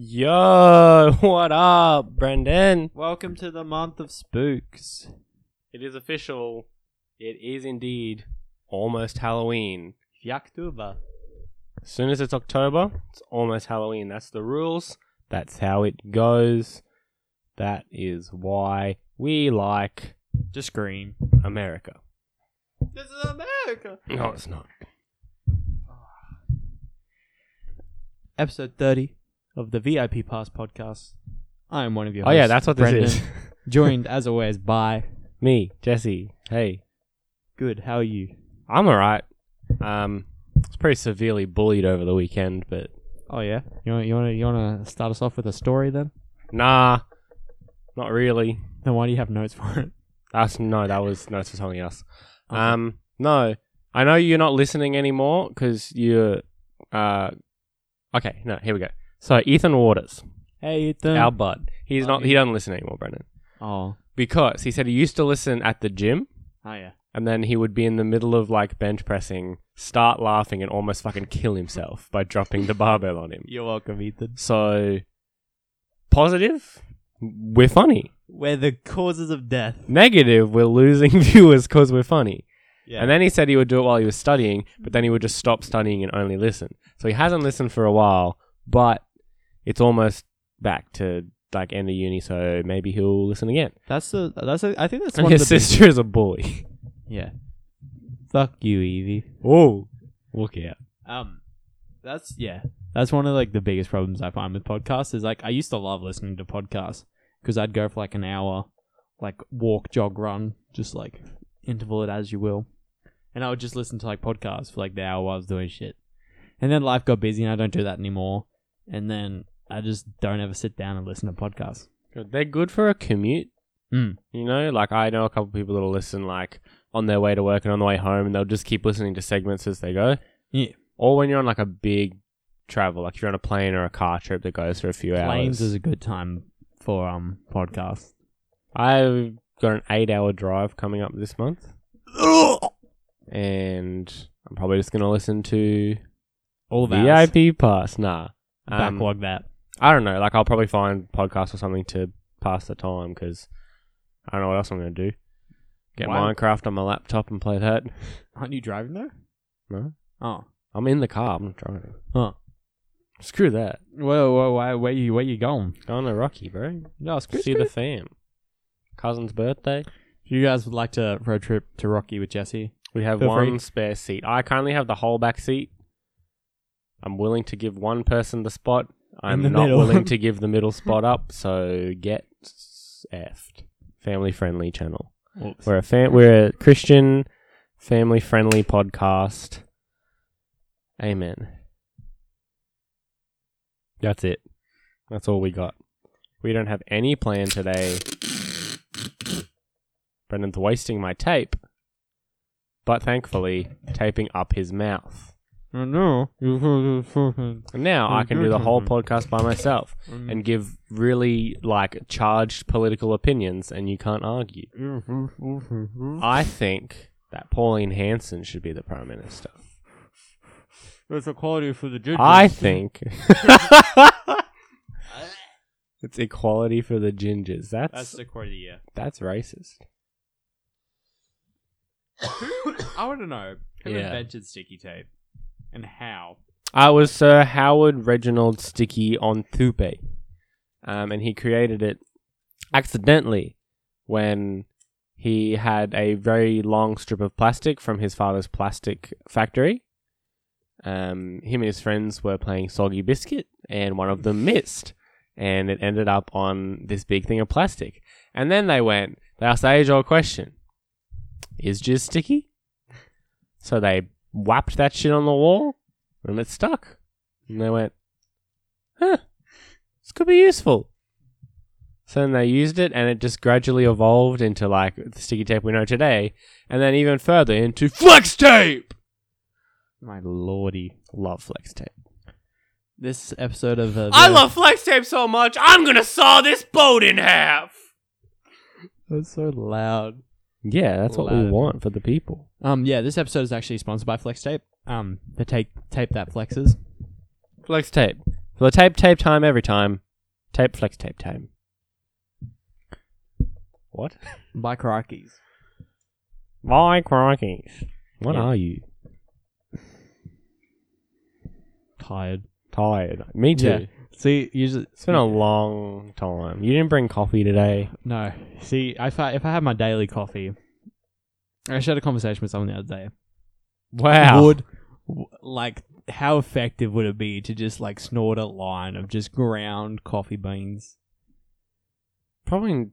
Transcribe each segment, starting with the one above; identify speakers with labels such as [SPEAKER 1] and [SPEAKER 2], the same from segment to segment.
[SPEAKER 1] Yo, what up, Brendan?
[SPEAKER 2] Welcome to the month of spooks.
[SPEAKER 1] It is official. It is indeed almost Halloween.
[SPEAKER 2] Yaktuba.
[SPEAKER 1] As soon as it's October, it's almost Halloween. That's the rules. That's how it goes. That is why we like
[SPEAKER 2] Just green.
[SPEAKER 1] America.
[SPEAKER 2] This is America.
[SPEAKER 1] No, it's not.
[SPEAKER 2] Episode 30 of the VIP Pass podcast. I am one of your
[SPEAKER 1] Oh,
[SPEAKER 2] hosts.
[SPEAKER 1] yeah, that's what this is.
[SPEAKER 2] Brendan, joined as always by
[SPEAKER 1] Me, Jesse. Hey,
[SPEAKER 2] Good, how are you?
[SPEAKER 1] I'm alright. Um, I was pretty severely bullied over the weekend, but
[SPEAKER 2] Oh yeah. You want you want to you want to start us off with a story then?
[SPEAKER 1] nah, not really.
[SPEAKER 2] Then why do you have notes for it?
[SPEAKER 1] That's no, that was no, it's for something else.
[SPEAKER 2] Okay.
[SPEAKER 1] Um, no, I know you're not listening anymore because you're. Uh, okay, no, here we go. So Ethan Waters,
[SPEAKER 2] Hey, Ethan.
[SPEAKER 1] our bud, he's
[SPEAKER 2] Oh,
[SPEAKER 1] not. He doesn't listen anymore, Brendan,
[SPEAKER 2] oh.
[SPEAKER 1] because he said he used to listen at the gym,
[SPEAKER 2] Oh yeah.
[SPEAKER 1] and then he would be in the middle of like bench pressing, start laughing, and almost fucking kill himself by dropping the barbell on him.
[SPEAKER 2] You're welcome, Ethan.
[SPEAKER 1] So positive, we're funny.
[SPEAKER 2] We're the causes of death.
[SPEAKER 1] Negative, we're losing viewers because we're funny.
[SPEAKER 2] Yeah.
[SPEAKER 1] And then he said he would do it while he was studying, but then he would just stop studying and only listen. So he hasn't listened for a while, but it's almost back to like end of uni, so maybe he'll listen again.
[SPEAKER 2] that's the that's a, I think that's
[SPEAKER 1] and
[SPEAKER 2] one of
[SPEAKER 1] his
[SPEAKER 2] the
[SPEAKER 1] sister is a bully.
[SPEAKER 2] big- Yeah. Fuck you, Evie.
[SPEAKER 1] Oh, look out!
[SPEAKER 2] Um, that's yeah. That's one of like the biggest problems I find with podcasts is like I used to love listening to podcasts because I'd go for like an hour, like walk, jog, run, just like interval it as you will, and I would just listen to like podcasts for like the hour while I was doing shit, and then life got busy and I don't do that anymore, and then I just don't ever sit down and listen to podcasts.
[SPEAKER 1] They're good for a commute.
[SPEAKER 2] Mm.
[SPEAKER 1] You know, like I know a couple people that'll listen like on their way to work and on the way home, and they'll just keep listening to segments as they go.
[SPEAKER 2] Yeah.
[SPEAKER 1] Or when you're on like a big travel, like you're on a plane or a car trip that goes for a few hours.
[SPEAKER 2] Planes is a good time for um podcasts.
[SPEAKER 1] I've got an eight hour drive coming up this month, and I'm probably just going to listen to
[SPEAKER 2] All of ours.
[SPEAKER 1] VIP Pass. Nah. Um,
[SPEAKER 2] Backlog that.
[SPEAKER 1] I don't know. Like, I'll probably find podcasts or something to pass the time because I don't know what else I'm going to do. Get
[SPEAKER 2] Why-
[SPEAKER 1] Minecraft on my laptop and play that.
[SPEAKER 2] Aren't you driving though?
[SPEAKER 1] No.
[SPEAKER 2] Oh.
[SPEAKER 1] I'm in the car. I'm not driving.
[SPEAKER 2] Huh.
[SPEAKER 1] Screw that.
[SPEAKER 2] Whoa, whoa, why, where you where you going?
[SPEAKER 1] Going to Rocky, bro.
[SPEAKER 2] No,
[SPEAKER 1] See the fam. Cousin's birthday.
[SPEAKER 2] If you guys would like to road trip to Rocky with Jesse,
[SPEAKER 1] We have
[SPEAKER 2] Feel
[SPEAKER 1] one
[SPEAKER 2] free.
[SPEAKER 1] spare seat. I currently have the whole back seat. I'm willing to give one person the spot. I'm
[SPEAKER 2] the
[SPEAKER 1] not
[SPEAKER 2] middle.
[SPEAKER 1] willing to give the middle spot up. So get s- effed. Family friendly channel. We're a fan. We're a Christian family friendly podcast. Amen. That's it. That's all we got. We don't have any plan today. Brendan's wasting my tape, but thankfully taping up his mouth.
[SPEAKER 2] no,
[SPEAKER 1] And now I can do the whole podcast by myself and give really like charged political opinions, and you can't argue. I think that Pauline Hanson should be the prime minister.
[SPEAKER 2] it's equality for the judges.
[SPEAKER 1] I think it's equality for the gingers. That's
[SPEAKER 2] that's
[SPEAKER 1] that's,
[SPEAKER 2] the quarter of the year.
[SPEAKER 1] racist.
[SPEAKER 2] I want to know who
[SPEAKER 1] Yeah.
[SPEAKER 2] invented sticky tape and how.
[SPEAKER 1] I was Sir Howard Reginald Sticky on Thupe, um, and he created it accidentally when he had a very long strip of plastic from his father's plastic factory. Um, him and his friends were playing soggy biscuit, and one of them missed, and it ended up on this big thing of plastic. And then they went, they asked the age-old question: "Is jizz sticky?" So they whapped that shit on the wall, and it stuck. And they went, "Huh, this could be useful." So then they used it, and it just gradually evolved into like the sticky tape we know today, and then even further into flex tape.
[SPEAKER 2] My lordy,
[SPEAKER 1] Love flex tape.
[SPEAKER 2] this episode of uh,
[SPEAKER 1] I love flex tape so much. I'm gonna saw this boat in half.
[SPEAKER 2] That's so loud.
[SPEAKER 1] Yeah, that's what we
[SPEAKER 2] Love.
[SPEAKER 1] want for the people.
[SPEAKER 2] Um, yeah, this episode is actually sponsored by Flex Tape. Um, the tape tape that flexes.
[SPEAKER 1] Flex tape. So tape, tape time every time. Tape, flex, tape time. What?
[SPEAKER 2] By crikeys.
[SPEAKER 1] My crikeys. What
[SPEAKER 2] Yeah.
[SPEAKER 1] are you?
[SPEAKER 2] Tired.
[SPEAKER 1] Tired. Me too.
[SPEAKER 2] Yeah. See, usually
[SPEAKER 1] It's been a long time. You didn't bring coffee today.
[SPEAKER 2] No. See, if I if I had my daily coffee, I actually had a conversation with someone the other day.
[SPEAKER 1] Wow.
[SPEAKER 2] Would w- like how effective would it be to just like snort a line of just ground coffee beans?
[SPEAKER 1] Probably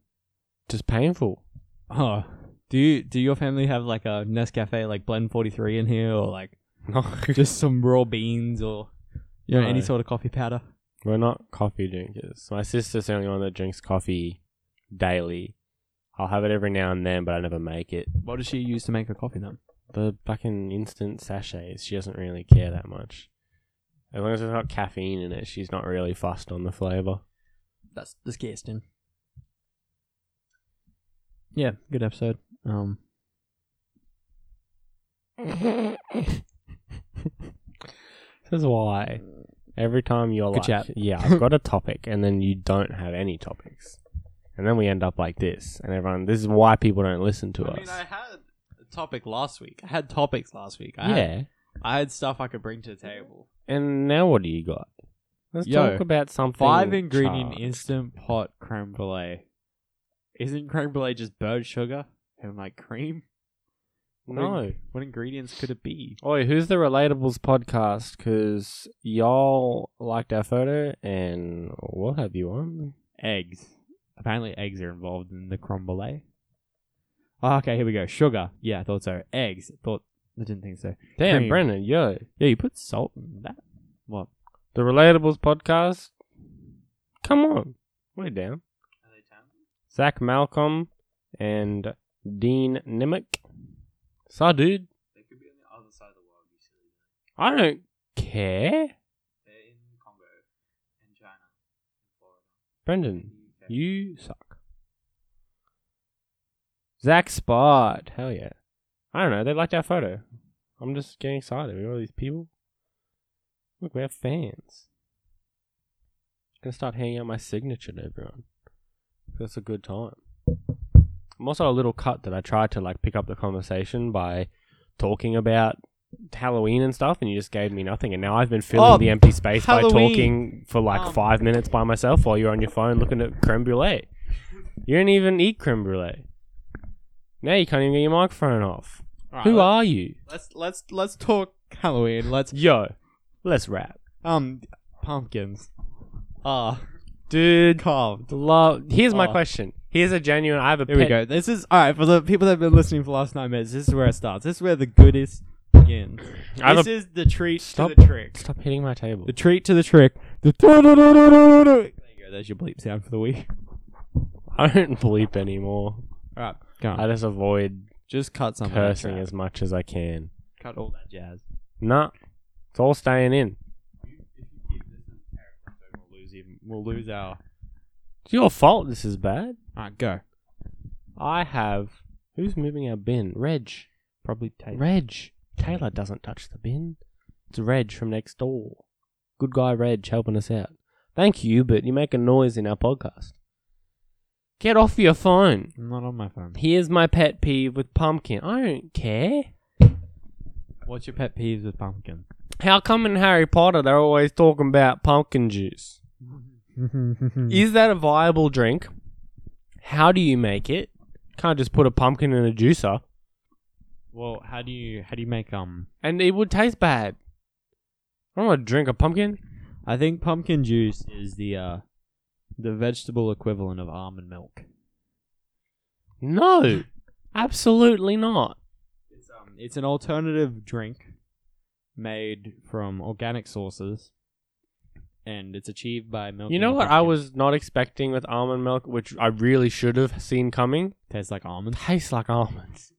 [SPEAKER 1] just painful.
[SPEAKER 2] Oh, do you do your family have like a Nescafe like Blend Forty Three in here, or like
[SPEAKER 1] No.
[SPEAKER 2] just some raw beans, or you know any
[SPEAKER 1] No.
[SPEAKER 2] sort of coffee powder?
[SPEAKER 1] We're not coffee drinkers. My sister's the only one that drinks coffee daily. I'll have it every now and then, but I never make it.
[SPEAKER 2] What does she use to make her coffee then?
[SPEAKER 1] The fucking instant sachets, she doesn't really care that much. As long as it's not caffeine in it, she's not really fussed on the flavour.
[SPEAKER 2] That's disgusting. Yeah, good episode. Um,
[SPEAKER 1] This is why every time you're
[SPEAKER 2] Good
[SPEAKER 1] like,
[SPEAKER 2] chat.
[SPEAKER 1] yeah, I've got a topic, and then you don't have any topics, and then we end up like this, and everyone. This is why people don't listen to
[SPEAKER 2] I
[SPEAKER 1] us.
[SPEAKER 2] mean, I had a topic last week. I had topics last week. I had,
[SPEAKER 1] yeah.
[SPEAKER 2] I had stuff I could bring to the table.
[SPEAKER 1] And now what do you got? Let's
[SPEAKER 2] Yo,
[SPEAKER 1] talk about something.
[SPEAKER 2] Five ingredient
[SPEAKER 1] charred.
[SPEAKER 2] instant pot creme brulee. Isn't creme brulee just bird sugar and like cream? What in-
[SPEAKER 1] No.
[SPEAKER 2] what ingredients could it be?
[SPEAKER 1] Oi, who's the Relatables podcast? Because y'all liked our photo and we'll have you on.
[SPEAKER 2] Eggs. Apparently, eggs are involved in the creme brulee. Oh, okay, here we go. Sugar. Yeah, I thought so. Eggs. Thought I didn't think so.
[SPEAKER 1] Damn,
[SPEAKER 2] Cream.
[SPEAKER 1] Brendan, yo.
[SPEAKER 2] Yeah, you put salt in that. What?
[SPEAKER 1] The Relatables podcast. Come on. We're down. Zach Malcolm and Dean Nimick. So, dude,
[SPEAKER 3] They could be on the other side of the world, you silly.
[SPEAKER 1] I don't care.
[SPEAKER 3] They're in Congo, in China, in Florida,
[SPEAKER 1] Brendan,
[SPEAKER 3] UK.
[SPEAKER 1] You suck. Zach Spot. Hell yeah. I don't know. They liked our photo. I'm just getting excited. We got all these people. Look, we have fans. gonna start hanging out my signature to everyone. That's a good time. I'm also a little cut that I tried to like pick up the conversation by talking about Halloween and stuff, and you just gave me nothing. And now I've been filling
[SPEAKER 2] Oh,
[SPEAKER 1] the empty space by
[SPEAKER 2] Halloween.
[SPEAKER 1] talking for like
[SPEAKER 2] Um,
[SPEAKER 1] five minutes by myself while you're on your phone looking at creme brulee. You don't even eat creme brulee. Now you can't even get your microphone off. Who are you?
[SPEAKER 2] Let's let's let's talk Halloween. Let's
[SPEAKER 1] Yo, let's rap.
[SPEAKER 2] um pumpkins. Ah,
[SPEAKER 1] Dude,
[SPEAKER 2] carved.
[SPEAKER 1] love. Here's my
[SPEAKER 2] Oh.
[SPEAKER 1] question. Here's a genuine. I have a
[SPEAKER 2] Here we
[SPEAKER 1] pet-
[SPEAKER 2] go. This is all right for the people that have been listening for the last nine minutes. This is where it starts. This is where the goodest begins.
[SPEAKER 1] I have
[SPEAKER 2] This
[SPEAKER 1] a-
[SPEAKER 2] is the treat
[SPEAKER 1] Stop.
[SPEAKER 2] to the trick.
[SPEAKER 1] Stop hitting my table.
[SPEAKER 2] The treat to the trick. The there you go. There's your bleep sound for the week.
[SPEAKER 1] I don't bleep anymore.
[SPEAKER 2] All right, go on.
[SPEAKER 1] I just avoid
[SPEAKER 2] just cut some of that
[SPEAKER 1] cursing
[SPEAKER 2] crap.
[SPEAKER 1] as much as I can.
[SPEAKER 2] cut all that jazz.
[SPEAKER 1] Nah, it's all staying in.
[SPEAKER 2] We'll lose even. We'll lose our.
[SPEAKER 1] It's your fault this is bad.
[SPEAKER 2] All right, go.
[SPEAKER 1] I have. Who's moving our bin? Reg.
[SPEAKER 2] Probably take.
[SPEAKER 1] Reg. Taylor doesn't touch the bin. It's Reg from next door. Good guy Reg helping us out. Thank you, but you make a noise in our podcast. Get off your phone.
[SPEAKER 2] I'm not on my phone.
[SPEAKER 1] Here's my pet peeve with pumpkin. I don't care.
[SPEAKER 2] What's your pet peeves with pumpkin?
[SPEAKER 1] How come in Harry Potter they're always talking about pumpkin juice?
[SPEAKER 2] Hmm.
[SPEAKER 1] Is that a viable drink? How do you make it? Can't just put a pumpkin in a juicer.
[SPEAKER 2] well, how do you how do you make um?
[SPEAKER 1] And it would taste bad. I don't want to drink a pumpkin.
[SPEAKER 2] I think pumpkin juice is the uh, the vegetable equivalent of almond milk.
[SPEAKER 1] No, absolutely not.
[SPEAKER 2] It's um, it's an alternative drink made from organic sources, and it's achieved by milk.
[SPEAKER 1] You know what I was not expecting with almond milk, which I really should have seen coming?
[SPEAKER 2] tastes like almonds.
[SPEAKER 1] tastes like almonds.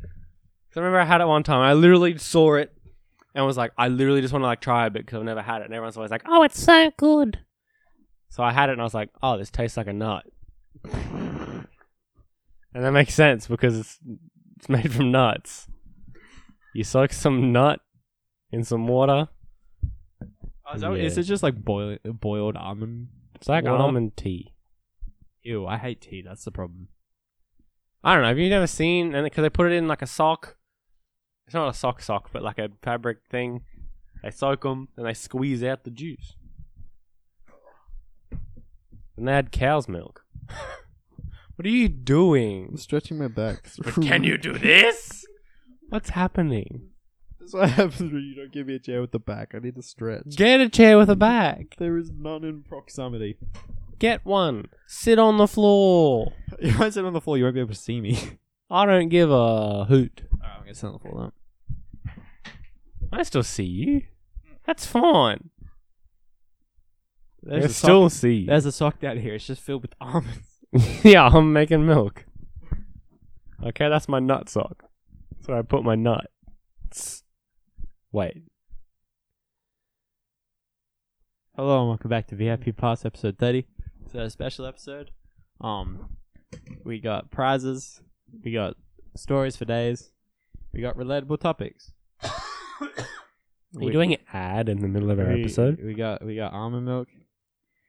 [SPEAKER 1] 'Cause I remember I had it one time. I literally saw it and was like, I literally just want to like try it because I've never had it. And everyone's always like, oh, it's so good. So I had it and I was like, oh, this tastes like a nut. and that makes sense because it's, it's made from nuts. You soak some nut in some water.
[SPEAKER 2] Oh, is, that, what- is
[SPEAKER 1] Yeah.
[SPEAKER 2] it just like boiled boiled almond?
[SPEAKER 1] It's like
[SPEAKER 2] Water?
[SPEAKER 1] almond tea.
[SPEAKER 2] Ew, I hate tea. That's the problem.
[SPEAKER 1] I don't know. Have you never seen? And because they put it in like a sock. It's not a sock sock, but like a fabric thing. They soak them and they squeeze out the juice. And they had cow's milk. what are you
[SPEAKER 4] I'm
[SPEAKER 1] doing?
[SPEAKER 4] stretching my back.
[SPEAKER 1] Can you do this? What's happening?
[SPEAKER 4] That's what happens when you don't give me a chair with the back. I need to stretch.
[SPEAKER 1] Get a chair with a back.
[SPEAKER 4] There is none in proximity.
[SPEAKER 1] Get one. Sit on the floor.
[SPEAKER 2] If I sit on the floor, you won't be able to see me.
[SPEAKER 1] I don't give a hoot.
[SPEAKER 2] Alright, I'm gonna sit on the floor
[SPEAKER 1] I still see you. That's fine.
[SPEAKER 2] now.
[SPEAKER 1] I
[SPEAKER 2] There's a sock.
[SPEAKER 1] still see you.
[SPEAKER 2] There's a sock down here. It's just filled with almonds.
[SPEAKER 1] yeah, I'm making milk. Okay, that's my nut sock. That's where I put my nuts. Wait.
[SPEAKER 2] Hello and welcome back to VIP Pass episode 30. It's a special episode. Um, we got prizes, we got stories for days, we got relatable topics.
[SPEAKER 1] Are you doing an ad in the middle of our
[SPEAKER 2] we,
[SPEAKER 1] episode?
[SPEAKER 2] We got we got almond milk.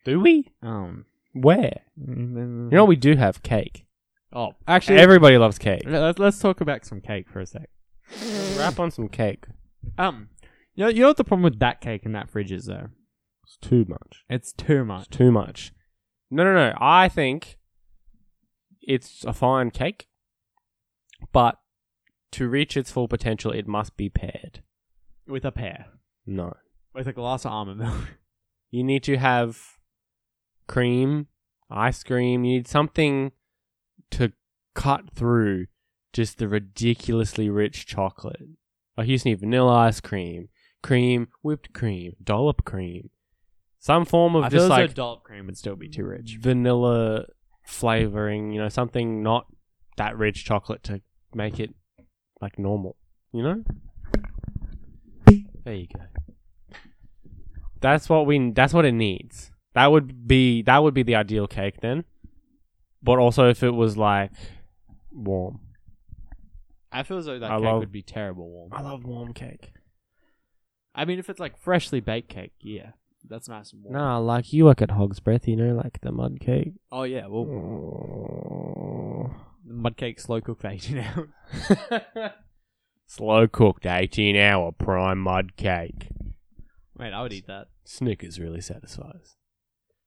[SPEAKER 1] Do we?
[SPEAKER 2] Um,
[SPEAKER 1] Where?
[SPEAKER 2] and then-
[SPEAKER 1] You know, we do have cake.
[SPEAKER 2] oh, actually,
[SPEAKER 1] Everybody loves cake.
[SPEAKER 2] let's, let's talk about some cake for a sec.
[SPEAKER 1] Wrap on some cake.
[SPEAKER 2] Um, you know, you know what the problem with that cake in that fridge is though?
[SPEAKER 1] It's too much.
[SPEAKER 2] It's too
[SPEAKER 1] It's
[SPEAKER 2] much.
[SPEAKER 1] too much. No, no, no. I think it's a fine cake, but to reach its full potential, it must be paired.
[SPEAKER 2] With a pear,
[SPEAKER 1] No.
[SPEAKER 2] with a glass of almond milk.
[SPEAKER 1] you need to have cream, ice cream. You need something to cut through just the ridiculously rich chocolate. Like you just need vanilla ice cream, cream, whipped cream, dollop cream, some form of
[SPEAKER 2] I feel
[SPEAKER 1] just
[SPEAKER 2] as
[SPEAKER 1] like
[SPEAKER 2] though dollop cream would still be too rich.
[SPEAKER 1] vanilla flavoring. You know, something not that rich chocolate to make it like normal. You know. There you go. That's what we. That's what it needs. That would be. That would be the ideal cake then. But also, if it was like warm,
[SPEAKER 2] I feel as though that
[SPEAKER 1] I
[SPEAKER 2] cake
[SPEAKER 1] love-
[SPEAKER 2] would be terrible warm.
[SPEAKER 1] I love warm cake.
[SPEAKER 2] I mean, if it's like freshly baked cake, yeah, that's nice and warm.
[SPEAKER 1] Nah, like you work at Hog's Breath, you know, like the mud cake.
[SPEAKER 2] Oh yeah, well, mud cake slow cooked for eighteen hours.
[SPEAKER 1] Slow cooked, 18 hour prime mud cake.
[SPEAKER 2] Wait, I would eat that.
[SPEAKER 1] Snickers really satisfies.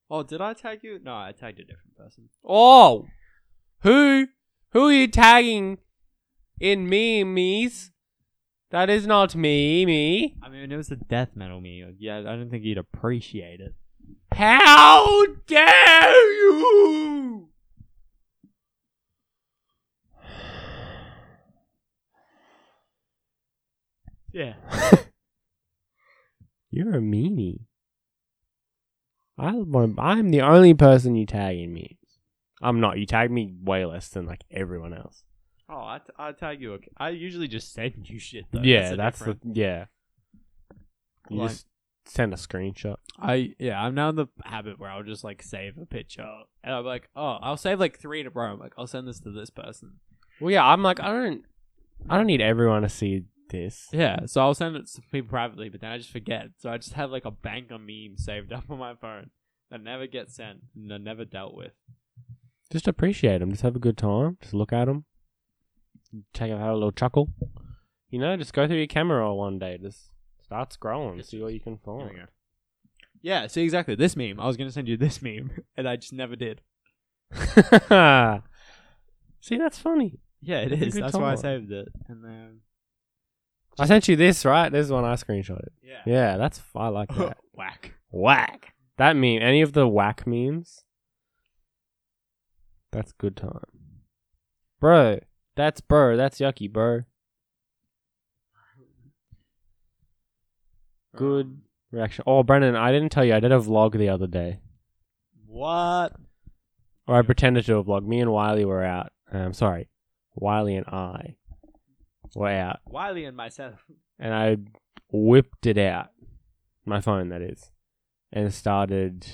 [SPEAKER 2] Oh, did I tag you? No, I tagged a different person.
[SPEAKER 1] Oh! Who? Who are you tagging in memes? That is not me, me.
[SPEAKER 2] I mean, it was a death metal meal. Yeah, I don't think you'd appreciate it.
[SPEAKER 1] How dare you!
[SPEAKER 2] Yeah.
[SPEAKER 1] You're a meanie. I, want- I'm the only person you tag in memes. I'm not. You tag me way less than like everyone else.
[SPEAKER 2] Oh, I, t- I tag you. Okay. I usually just send you shit though.
[SPEAKER 1] yeah,
[SPEAKER 2] a
[SPEAKER 1] that's, the
[SPEAKER 2] different-
[SPEAKER 1] yeah. You
[SPEAKER 2] Like-
[SPEAKER 1] just send a screenshot.
[SPEAKER 2] I yeah. I'm now in the habit where I'll just like save a picture, and I'm like, oh, I'll save like three in a row. I'm like, I'll send this to this person.
[SPEAKER 1] Well, yeah, I'm like, I don't, I don't need everyone to see this.
[SPEAKER 2] Yeah, so I'll send it to people privately, but then I just forget. So I just have like a bank of memes saved up on my phone that never get sent and are never dealt with.
[SPEAKER 1] Just appreciate them. Just have a good time. Just look at them. Take have a little chuckle. You know, just go through your camera roll one day. Just start scrolling,
[SPEAKER 2] Yes,
[SPEAKER 1] see what you can find.
[SPEAKER 2] Yeah, see exactly this meme. I was gonna send you this meme, and I just never did.
[SPEAKER 1] see, that's funny.
[SPEAKER 2] Yeah, it
[SPEAKER 1] That's a
[SPEAKER 2] is.
[SPEAKER 1] good
[SPEAKER 2] That's why I
[SPEAKER 1] time.
[SPEAKER 2] saved it. And then
[SPEAKER 1] I sent you this, right? This is one I screenshotted.
[SPEAKER 2] yeah,
[SPEAKER 1] Yeah, that's f- I like that.
[SPEAKER 2] whack.
[SPEAKER 1] whack. That meme. Any of the whack memes? That's good time. Bro, that's bro. That's yucky, bro. Good
[SPEAKER 2] um,
[SPEAKER 1] reaction. Oh, Brennan, I didn't tell you. I did a vlog the other day.
[SPEAKER 2] What?
[SPEAKER 1] Or I pretended to do a vlog. Me and Wiley were out. Um, sorry. Wiley and I were out.
[SPEAKER 2] Wiley and myself.
[SPEAKER 1] And I whipped it out. My phone, that is. And started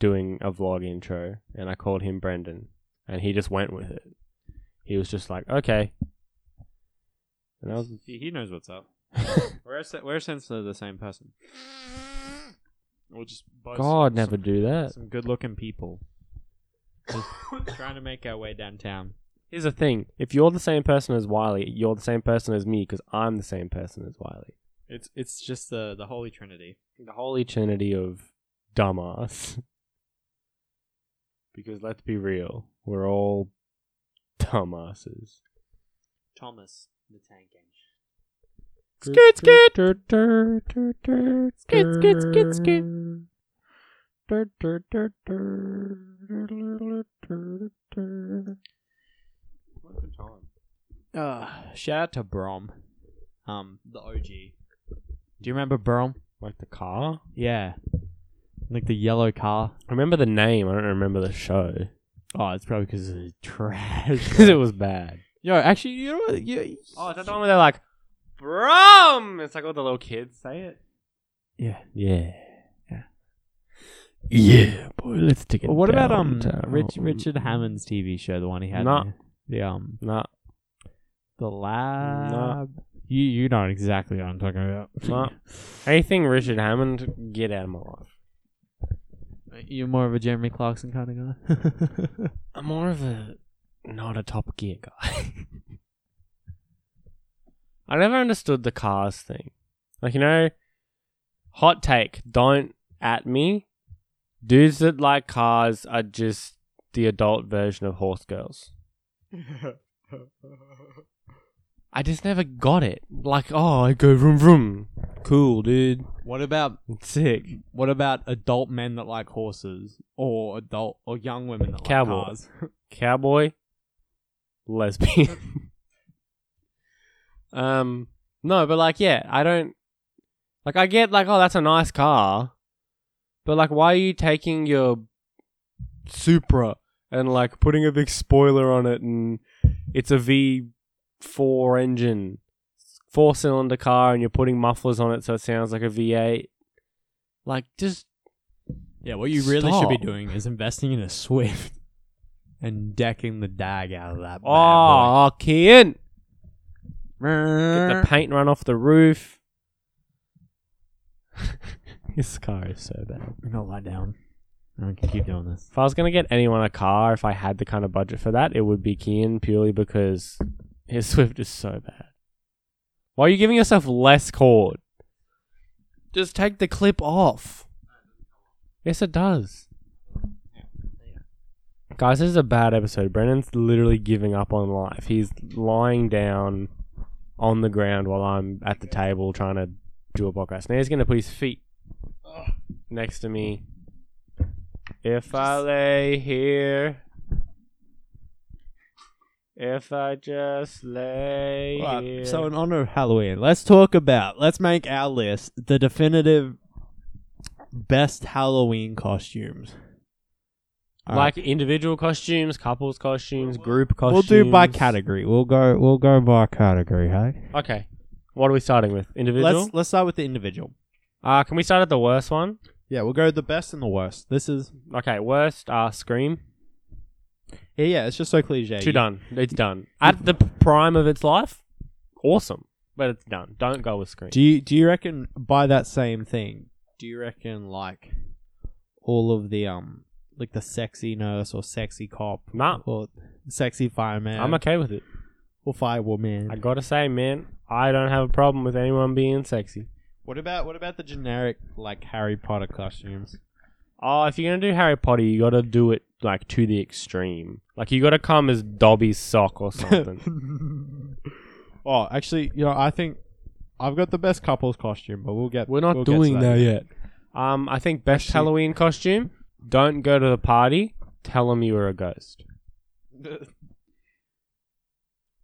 [SPEAKER 1] doing a vlog intro. And I called him Brendan. And he just went with it. He was just like, okay. And I was
[SPEAKER 2] He, he knows what's up. we're sen- we're essentially the same person. Or just buzz
[SPEAKER 1] God,
[SPEAKER 2] some-
[SPEAKER 1] never do that.
[SPEAKER 2] Some good looking people. Just trying to make our way downtown.
[SPEAKER 1] Here's the thing: if you're the same person as Wiley, you're the same person as me because I'm the same person as Wiley.
[SPEAKER 2] It's it's just the the Holy Trinity.
[SPEAKER 1] The whole eternity of dumbass. because let's be real, we're all dumbasses.
[SPEAKER 2] Thomas the Tank Engine.
[SPEAKER 1] Skit, skit, skit, skit, skit, skit.
[SPEAKER 3] What a good time.
[SPEAKER 2] Uh, shout out to Brom, um, the OG. Do you remember Brom?
[SPEAKER 1] Like the car.
[SPEAKER 2] Yeah, like the yellow car.
[SPEAKER 1] I remember the name. I don't remember the show
[SPEAKER 2] Oh, it's probably because of the trash.
[SPEAKER 1] because it was bad.
[SPEAKER 2] Yo, actually, you know what? You,
[SPEAKER 1] Oh, is that the one where they're like, "Brum"? It's like all the little kids say it.
[SPEAKER 2] yeah.
[SPEAKER 1] Yeah. Yeah, boy, let's take it.
[SPEAKER 2] Well, what about um Rich, Richard Hammond's TV show, the one he had?
[SPEAKER 1] Nah.
[SPEAKER 2] in The um
[SPEAKER 1] Nah,
[SPEAKER 2] the lab. You you know exactly what I'm talking about.
[SPEAKER 1] nah. Anything Richard Hammond, get out of my life.
[SPEAKER 2] You're more of a Jeremy Clarkson kind of guy.
[SPEAKER 1] I'm more of a not a Top Gear guy. I never understood the cars thing. Like you know, hot take: don't at me. Dudes that like cars are just the adult version of horse girls. I just never got it. Like, oh, I go vroom vroom. Cool, dude.
[SPEAKER 2] what about
[SPEAKER 1] Sick.
[SPEAKER 2] what about adult men that like horses, or adult or young women that
[SPEAKER 1] Cowboy.
[SPEAKER 2] like cars?
[SPEAKER 1] cowboy, lesbian. um, no, but like, yeah, I don't like. I get like, oh, that's a nice car, but like, why are you taking your Supra and like putting a big spoiler on it, and it's a V four engine, four cylinder car, and you're putting mufflers on it so it sounds like a V eight. Like, just
[SPEAKER 2] Yeah, what you really should be
[SPEAKER 1] Stop.
[SPEAKER 2] doing is investing in a Swift and decking the dag out of that. bad boy.
[SPEAKER 1] oh, Kian. Get
[SPEAKER 2] Brrrr.
[SPEAKER 1] the paint run off the roof. this car is so bad.
[SPEAKER 2] I'm gonna lie down. I can keep doing this.
[SPEAKER 1] If I was gonna get anyone a car, if I had the kind of budget for that, it would be Kian purely because his Swift is so bad. Why are you giving yourself less cord? Just take the clip off. Yes, it does. Guys, this is a bad episode. Brennan's literally giving up on life. He's lying down on the ground while I'm at the table trying to do a podcast. Now he's going to put his feet next to me. If I lay here, if I just lay here.
[SPEAKER 2] Right, so in honor of Halloween, let's talk about let's make our list the definitive best Halloween costumes. All
[SPEAKER 1] like
[SPEAKER 2] right.
[SPEAKER 1] individual costumes, couples costumes,
[SPEAKER 3] We'll-
[SPEAKER 1] group
[SPEAKER 2] we'll
[SPEAKER 1] costumes.
[SPEAKER 2] do by category. We'll go we'll go by category, hey?
[SPEAKER 1] Okay. What are we starting with? Individual?
[SPEAKER 2] Let's let's start with the individual.
[SPEAKER 1] uh, can we start at the worst one?
[SPEAKER 2] Yeah, we'll go the best and the worst. This is
[SPEAKER 1] Okay, worst, uh, Scream.
[SPEAKER 2] yeah, yeah, it's just so cliche.
[SPEAKER 1] Too done. It's done. At the p- prime of its life, awesome. But it's done. Don't go with Scream.
[SPEAKER 2] Do you do you reckon by that same thing? Do you reckon like all of the um like the sexy nurse or sexy cop
[SPEAKER 1] Nah,
[SPEAKER 2] or sexy fireman
[SPEAKER 1] I'm okay with it.
[SPEAKER 2] or firewoman?
[SPEAKER 1] I gotta say, man, I don't have a problem with anyone being sexy.
[SPEAKER 2] What about what about the generic like Harry Potter costumes?
[SPEAKER 1] Oh, if you're gonna do Harry Potter, you gotta do it like to the extreme. Like you gotta come as Dobby's sock or something.
[SPEAKER 2] oh, actually, you know, I think I've got the best couples costume, but we'll get
[SPEAKER 1] We're not
[SPEAKER 2] we'll get to
[SPEAKER 1] doing that
[SPEAKER 2] later.
[SPEAKER 1] yet. Um, I think best
[SPEAKER 2] Actually-
[SPEAKER 1] Halloween costume. Don't go to the party. Tell them you were a ghost.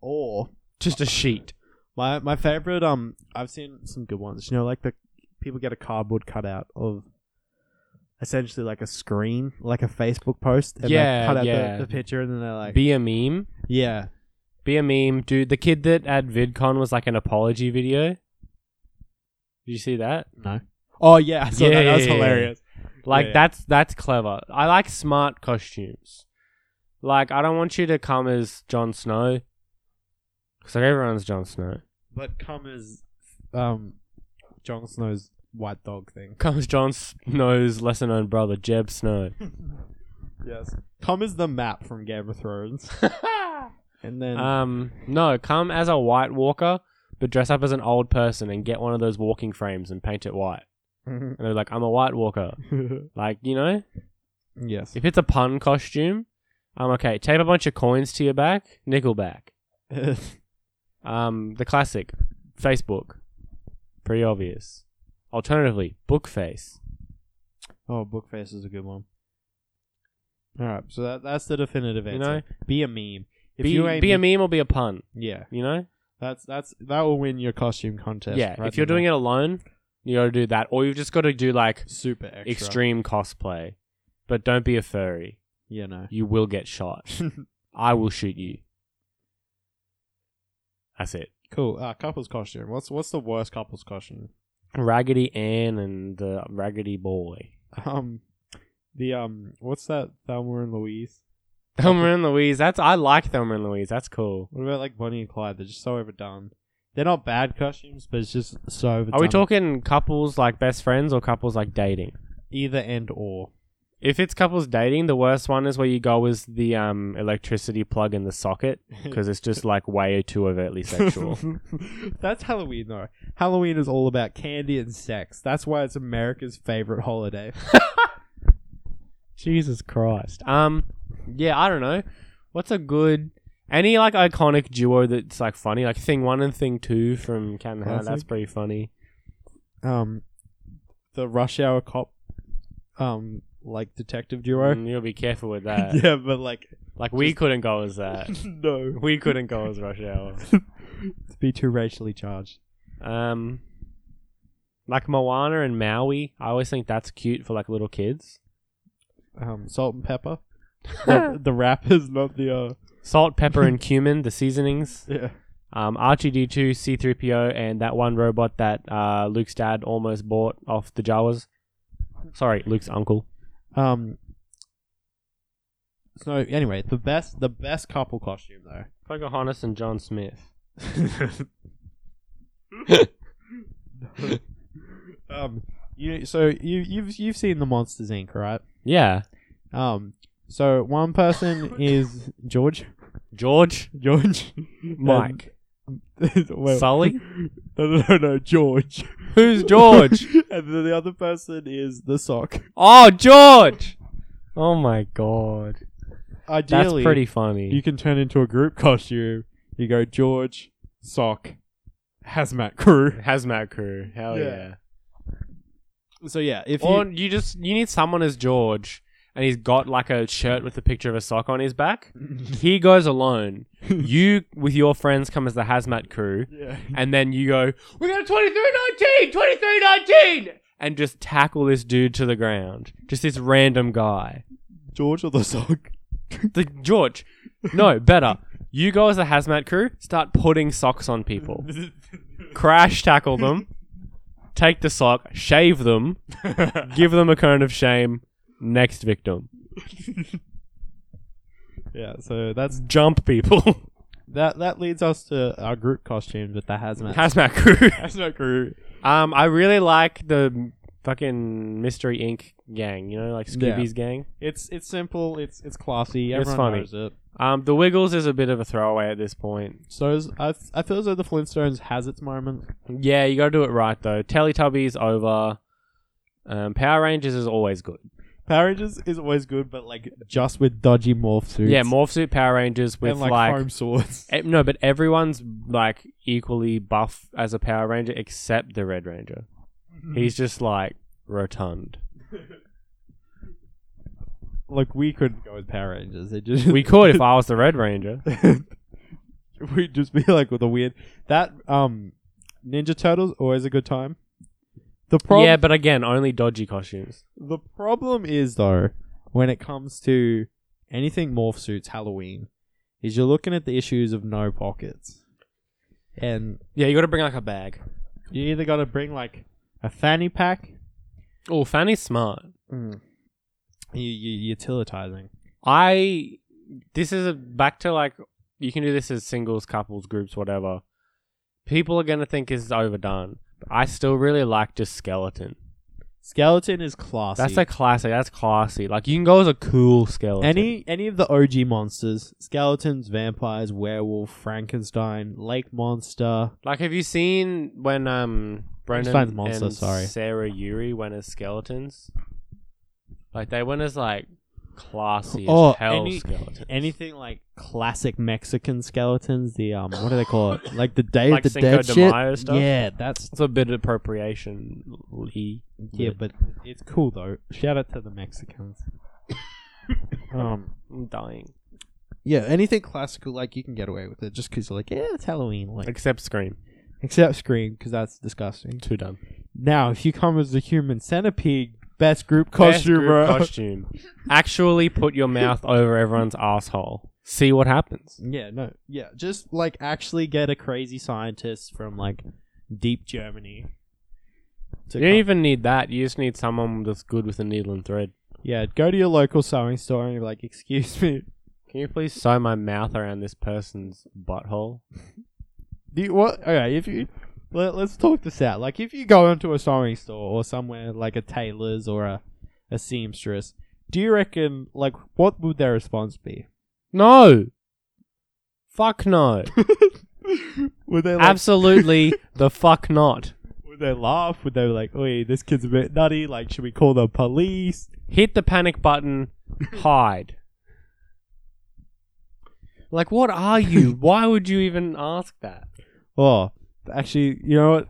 [SPEAKER 2] or
[SPEAKER 1] Just a sheet.
[SPEAKER 2] my my favorite um I've seen some good ones. You know, like the people get a cardboard cutout of essentially like a screen, like a Facebook post, and
[SPEAKER 1] Yeah,
[SPEAKER 2] they cut out
[SPEAKER 1] yeah.
[SPEAKER 2] the, the picture, and then they're like,
[SPEAKER 1] Be a meme.
[SPEAKER 2] yeah,
[SPEAKER 1] Be a meme, dude. The kid that at VidCon was like an apology video. Did you see that?
[SPEAKER 2] no. Oh yeah, I saw that. That was
[SPEAKER 1] Yeah.
[SPEAKER 2] hilarious.
[SPEAKER 1] Like
[SPEAKER 2] Yeah.
[SPEAKER 1] that's that's clever. I like smart costumes. Like I don't want you to come as Jon Snow, because like everyone's Jon Snow.
[SPEAKER 2] But come as um, Jon Snow's white dog thing.
[SPEAKER 1] Comes Jon Snow's lesser known brother, Jeb Snow.
[SPEAKER 2] Yes. Cum is the map from Game of Thrones. and then
[SPEAKER 1] Um, no, come as a White Walker, but dress up as an old person and get one of those walking frames and paint it white. And they're like, I'm a White Walker. Like, you know,
[SPEAKER 2] yes.
[SPEAKER 1] if it's a pun costume, um, okay, tape a bunch of coins to your back, nickel back. Um, the classic, Facebook. Pretty obvious. Alternatively, Bookface.
[SPEAKER 2] oh, Bookface is a good one. All right, so that, that's the definitive answer.
[SPEAKER 1] You know,
[SPEAKER 2] be a meme. If
[SPEAKER 1] be,
[SPEAKER 2] you ain't
[SPEAKER 1] be a meme or be a pun,
[SPEAKER 2] yeah,
[SPEAKER 1] you know?
[SPEAKER 2] that's that's that will win your costume contest.
[SPEAKER 1] yeah, if you're doing it alone, you gotta do that. Or you've just gotta do like
[SPEAKER 2] super extra,
[SPEAKER 1] extreme cosplay. But don't be a furry.
[SPEAKER 2] you know,
[SPEAKER 1] You will get shot. I will shoot you. That's it.
[SPEAKER 2] cool. Uh, couples costume. What's what's the worst couples costume?
[SPEAKER 1] Raggedy Ann and the Raggedy Boy.
[SPEAKER 2] Um, the um, what's that Thelma and Louise?
[SPEAKER 1] Thelma and Louise. That's I like Thelma and Louise. That's cool.
[SPEAKER 2] What about like Bonnie and Clyde? They're just so overdone. They're not bad costumes, but it's just so overdone.
[SPEAKER 1] Are we talking couples like best friends or couples like dating?
[SPEAKER 2] either and or?
[SPEAKER 1] If it's couples dating, the worst one is where you go is the um, electricity plug in the socket because it's just like way too overtly sexual.
[SPEAKER 2] That's Halloween though. Halloween is all about candy and sex. That's why it's America's favorite holiday.
[SPEAKER 1] Jesus Christ. Um, yeah, I don't know. What's a good any like iconic duo that's like funny, like Thing One and Thing Two from Cat and the Hat. That's
[SPEAKER 2] Classic.
[SPEAKER 1] pretty funny.
[SPEAKER 2] Um, the rush hour cop, um, like detective duo.
[SPEAKER 1] Mm, you'll be careful with that.
[SPEAKER 2] yeah, but like
[SPEAKER 1] Like we couldn't go as that.
[SPEAKER 2] no,
[SPEAKER 1] we couldn't go as Rush Hour.
[SPEAKER 2] to be too racially charged.
[SPEAKER 1] Um, like Moana and Maui. I always think that's cute for like little kids.
[SPEAKER 2] Um, salt and pepper. the, the rappers, not the uh.
[SPEAKER 1] Salt, pepper, and cumin, the seasonings.
[SPEAKER 2] Yeah.
[SPEAKER 1] Um, R2D2, C3PO, and that one robot that uh, Luke's dad almost bought off the Jawas. Sorry, Luke's uncle.
[SPEAKER 2] Um. So anyway, the best the best couple costume though.
[SPEAKER 1] Pocahontas and John Smith.
[SPEAKER 2] um, you so you you've you've seen the Monsters Inc. right?
[SPEAKER 1] Yeah.
[SPEAKER 2] Um, so one person is George,
[SPEAKER 1] George,
[SPEAKER 2] George,
[SPEAKER 1] Mike,
[SPEAKER 2] Well-
[SPEAKER 1] Sully.
[SPEAKER 2] No, no, no, no, George.
[SPEAKER 1] Who's George?
[SPEAKER 2] and then the other person is the sock.
[SPEAKER 1] oh, George! Oh my god. That's
[SPEAKER 2] Ideally,
[SPEAKER 1] pretty funny.
[SPEAKER 2] you can turn into a group costume. You go George, sock, hazmat crew.
[SPEAKER 1] Hazmat crew. Hell yeah.
[SPEAKER 2] Yeah. So yeah, if
[SPEAKER 1] Or
[SPEAKER 2] you
[SPEAKER 1] you just you need someone as George, and he's got like a shirt with a picture of a sock on his back. He goes alone. you with your friends come as the hazmat crew,
[SPEAKER 2] yeah,
[SPEAKER 1] and then you go, "We got a 23-19, 23-19! and just tackle this dude to the ground. Just this random guy,
[SPEAKER 2] George or the sock.
[SPEAKER 1] the George. No, better. You go as the hazmat crew. Start putting socks on people. Crash tackle them. Take the sock. Shave them. give them a cone of shame. Next victim.
[SPEAKER 2] yeah, so that's
[SPEAKER 1] Jump people.
[SPEAKER 2] that. That leads us to our group costumes with the hazmat.
[SPEAKER 1] Hazmat crew.
[SPEAKER 2] hazmat crew.
[SPEAKER 1] um, I really like the fucking Mystery Inc. gang, you know, like
[SPEAKER 2] Yeah.
[SPEAKER 1] Scooby's gang.
[SPEAKER 2] It's it's simple. It's it's classy.
[SPEAKER 1] It's
[SPEAKER 2] Everyone
[SPEAKER 1] funny.
[SPEAKER 2] knows it.
[SPEAKER 1] Um, the Wiggles is a bit of a throwaway at this point.
[SPEAKER 2] So is, I I feel as though the Flintstones has its moment.
[SPEAKER 1] Yeah, you gotta do it right though. Teletubbies over. Um, Power Rangers is always good.
[SPEAKER 2] Power Rangers is always good, but like just with dodgy morph suits.
[SPEAKER 1] Yeah, Morph Suit Power Rangers with
[SPEAKER 2] and like,
[SPEAKER 1] like,
[SPEAKER 2] foam swords.
[SPEAKER 1] e- no, but everyone's like equally buff as a Power Ranger except the Red Ranger.
[SPEAKER 2] Mm-hmm.
[SPEAKER 1] He's just like rotund.
[SPEAKER 2] like we couldn't go with Power Rangers. It just
[SPEAKER 1] We could if I was the Red Ranger.
[SPEAKER 2] we'd just be like with a weird that um Ninja Turtles always a good time. The problem
[SPEAKER 1] yeah, but again, only dodgy costumes.
[SPEAKER 2] the problem is though when it comes to anything morph suits Halloween is you're looking at the issues of no pockets, and
[SPEAKER 1] Yeah, you got to bring like a bag.
[SPEAKER 2] you either got to bring like a fanny pack.
[SPEAKER 1] Oh, Fanny's smart.
[SPEAKER 2] You, you utilitizing.
[SPEAKER 1] I. This is a, back to like you can do this as singles, couples, groups, whatever. People are gonna think this is overdone, I still really like just skeleton.
[SPEAKER 2] Skeleton is classy.
[SPEAKER 1] That's a classic. That's classy. Like you can go as a cool skeleton.
[SPEAKER 2] any any of the OG monsters: skeletons, vampires, werewolf, Frankenstein, lake monster.
[SPEAKER 1] like have you seen when um Brennan
[SPEAKER 2] Frankenstein's monster,
[SPEAKER 1] and
[SPEAKER 2] sorry.
[SPEAKER 1] Sarah Yuri went as skeletons? Like they went as like classy
[SPEAKER 2] Oh,
[SPEAKER 1] as hell
[SPEAKER 2] any-
[SPEAKER 1] skeletons.
[SPEAKER 2] Anything like classic Mexican skeletons. The um, what do they call it? Like the Day
[SPEAKER 1] Like
[SPEAKER 2] of the
[SPEAKER 1] Cinco
[SPEAKER 2] Dead
[SPEAKER 1] de
[SPEAKER 2] shit.
[SPEAKER 1] Mayo stuff?
[SPEAKER 2] Yeah, that's
[SPEAKER 1] It's a bit appropriation. He
[SPEAKER 2] yeah, but it's cool though. Shout out to the Mexicans. um,
[SPEAKER 1] I'm dying.
[SPEAKER 4] Yeah, anything classical, like you can get away with it just because you're like,
[SPEAKER 2] yeah, it's Halloween. Like
[SPEAKER 1] Except Scream.
[SPEAKER 4] except Scream because that's disgusting.
[SPEAKER 1] Too dumb.
[SPEAKER 2] now, if you come as the human centipede, best group costume,
[SPEAKER 1] Best
[SPEAKER 2] bro.
[SPEAKER 1] group costume. Actually, put your mouth over everyone's asshole. See what happens.
[SPEAKER 2] Yeah, no, yeah, just like actually get a crazy scientist from like deep Germany. To
[SPEAKER 1] You don't
[SPEAKER 2] come-
[SPEAKER 1] even need that. You just need someone that's good with a needle and thread.
[SPEAKER 2] yeah, go to your local sewing store and be like, "Excuse me,
[SPEAKER 1] Can you please sew my mouth around this person's butthole?
[SPEAKER 2] do you, what?" Okay, if you let, let's talk this out. Like, if you go into a sewing store or somewhere like a tailor's or a a seamstress, do you reckon like what would their response be?
[SPEAKER 1] No. Fuck no.
[SPEAKER 2] would they like,
[SPEAKER 1] Absolutely the fuck not.
[SPEAKER 2] would they laugh? Would they be like, "Oi, this kid's a bit nutty. Like, should we call the police?"
[SPEAKER 1] Hit the panic button. Hide. Like, what are you? Why would you even ask that?
[SPEAKER 2] Oh, actually, you know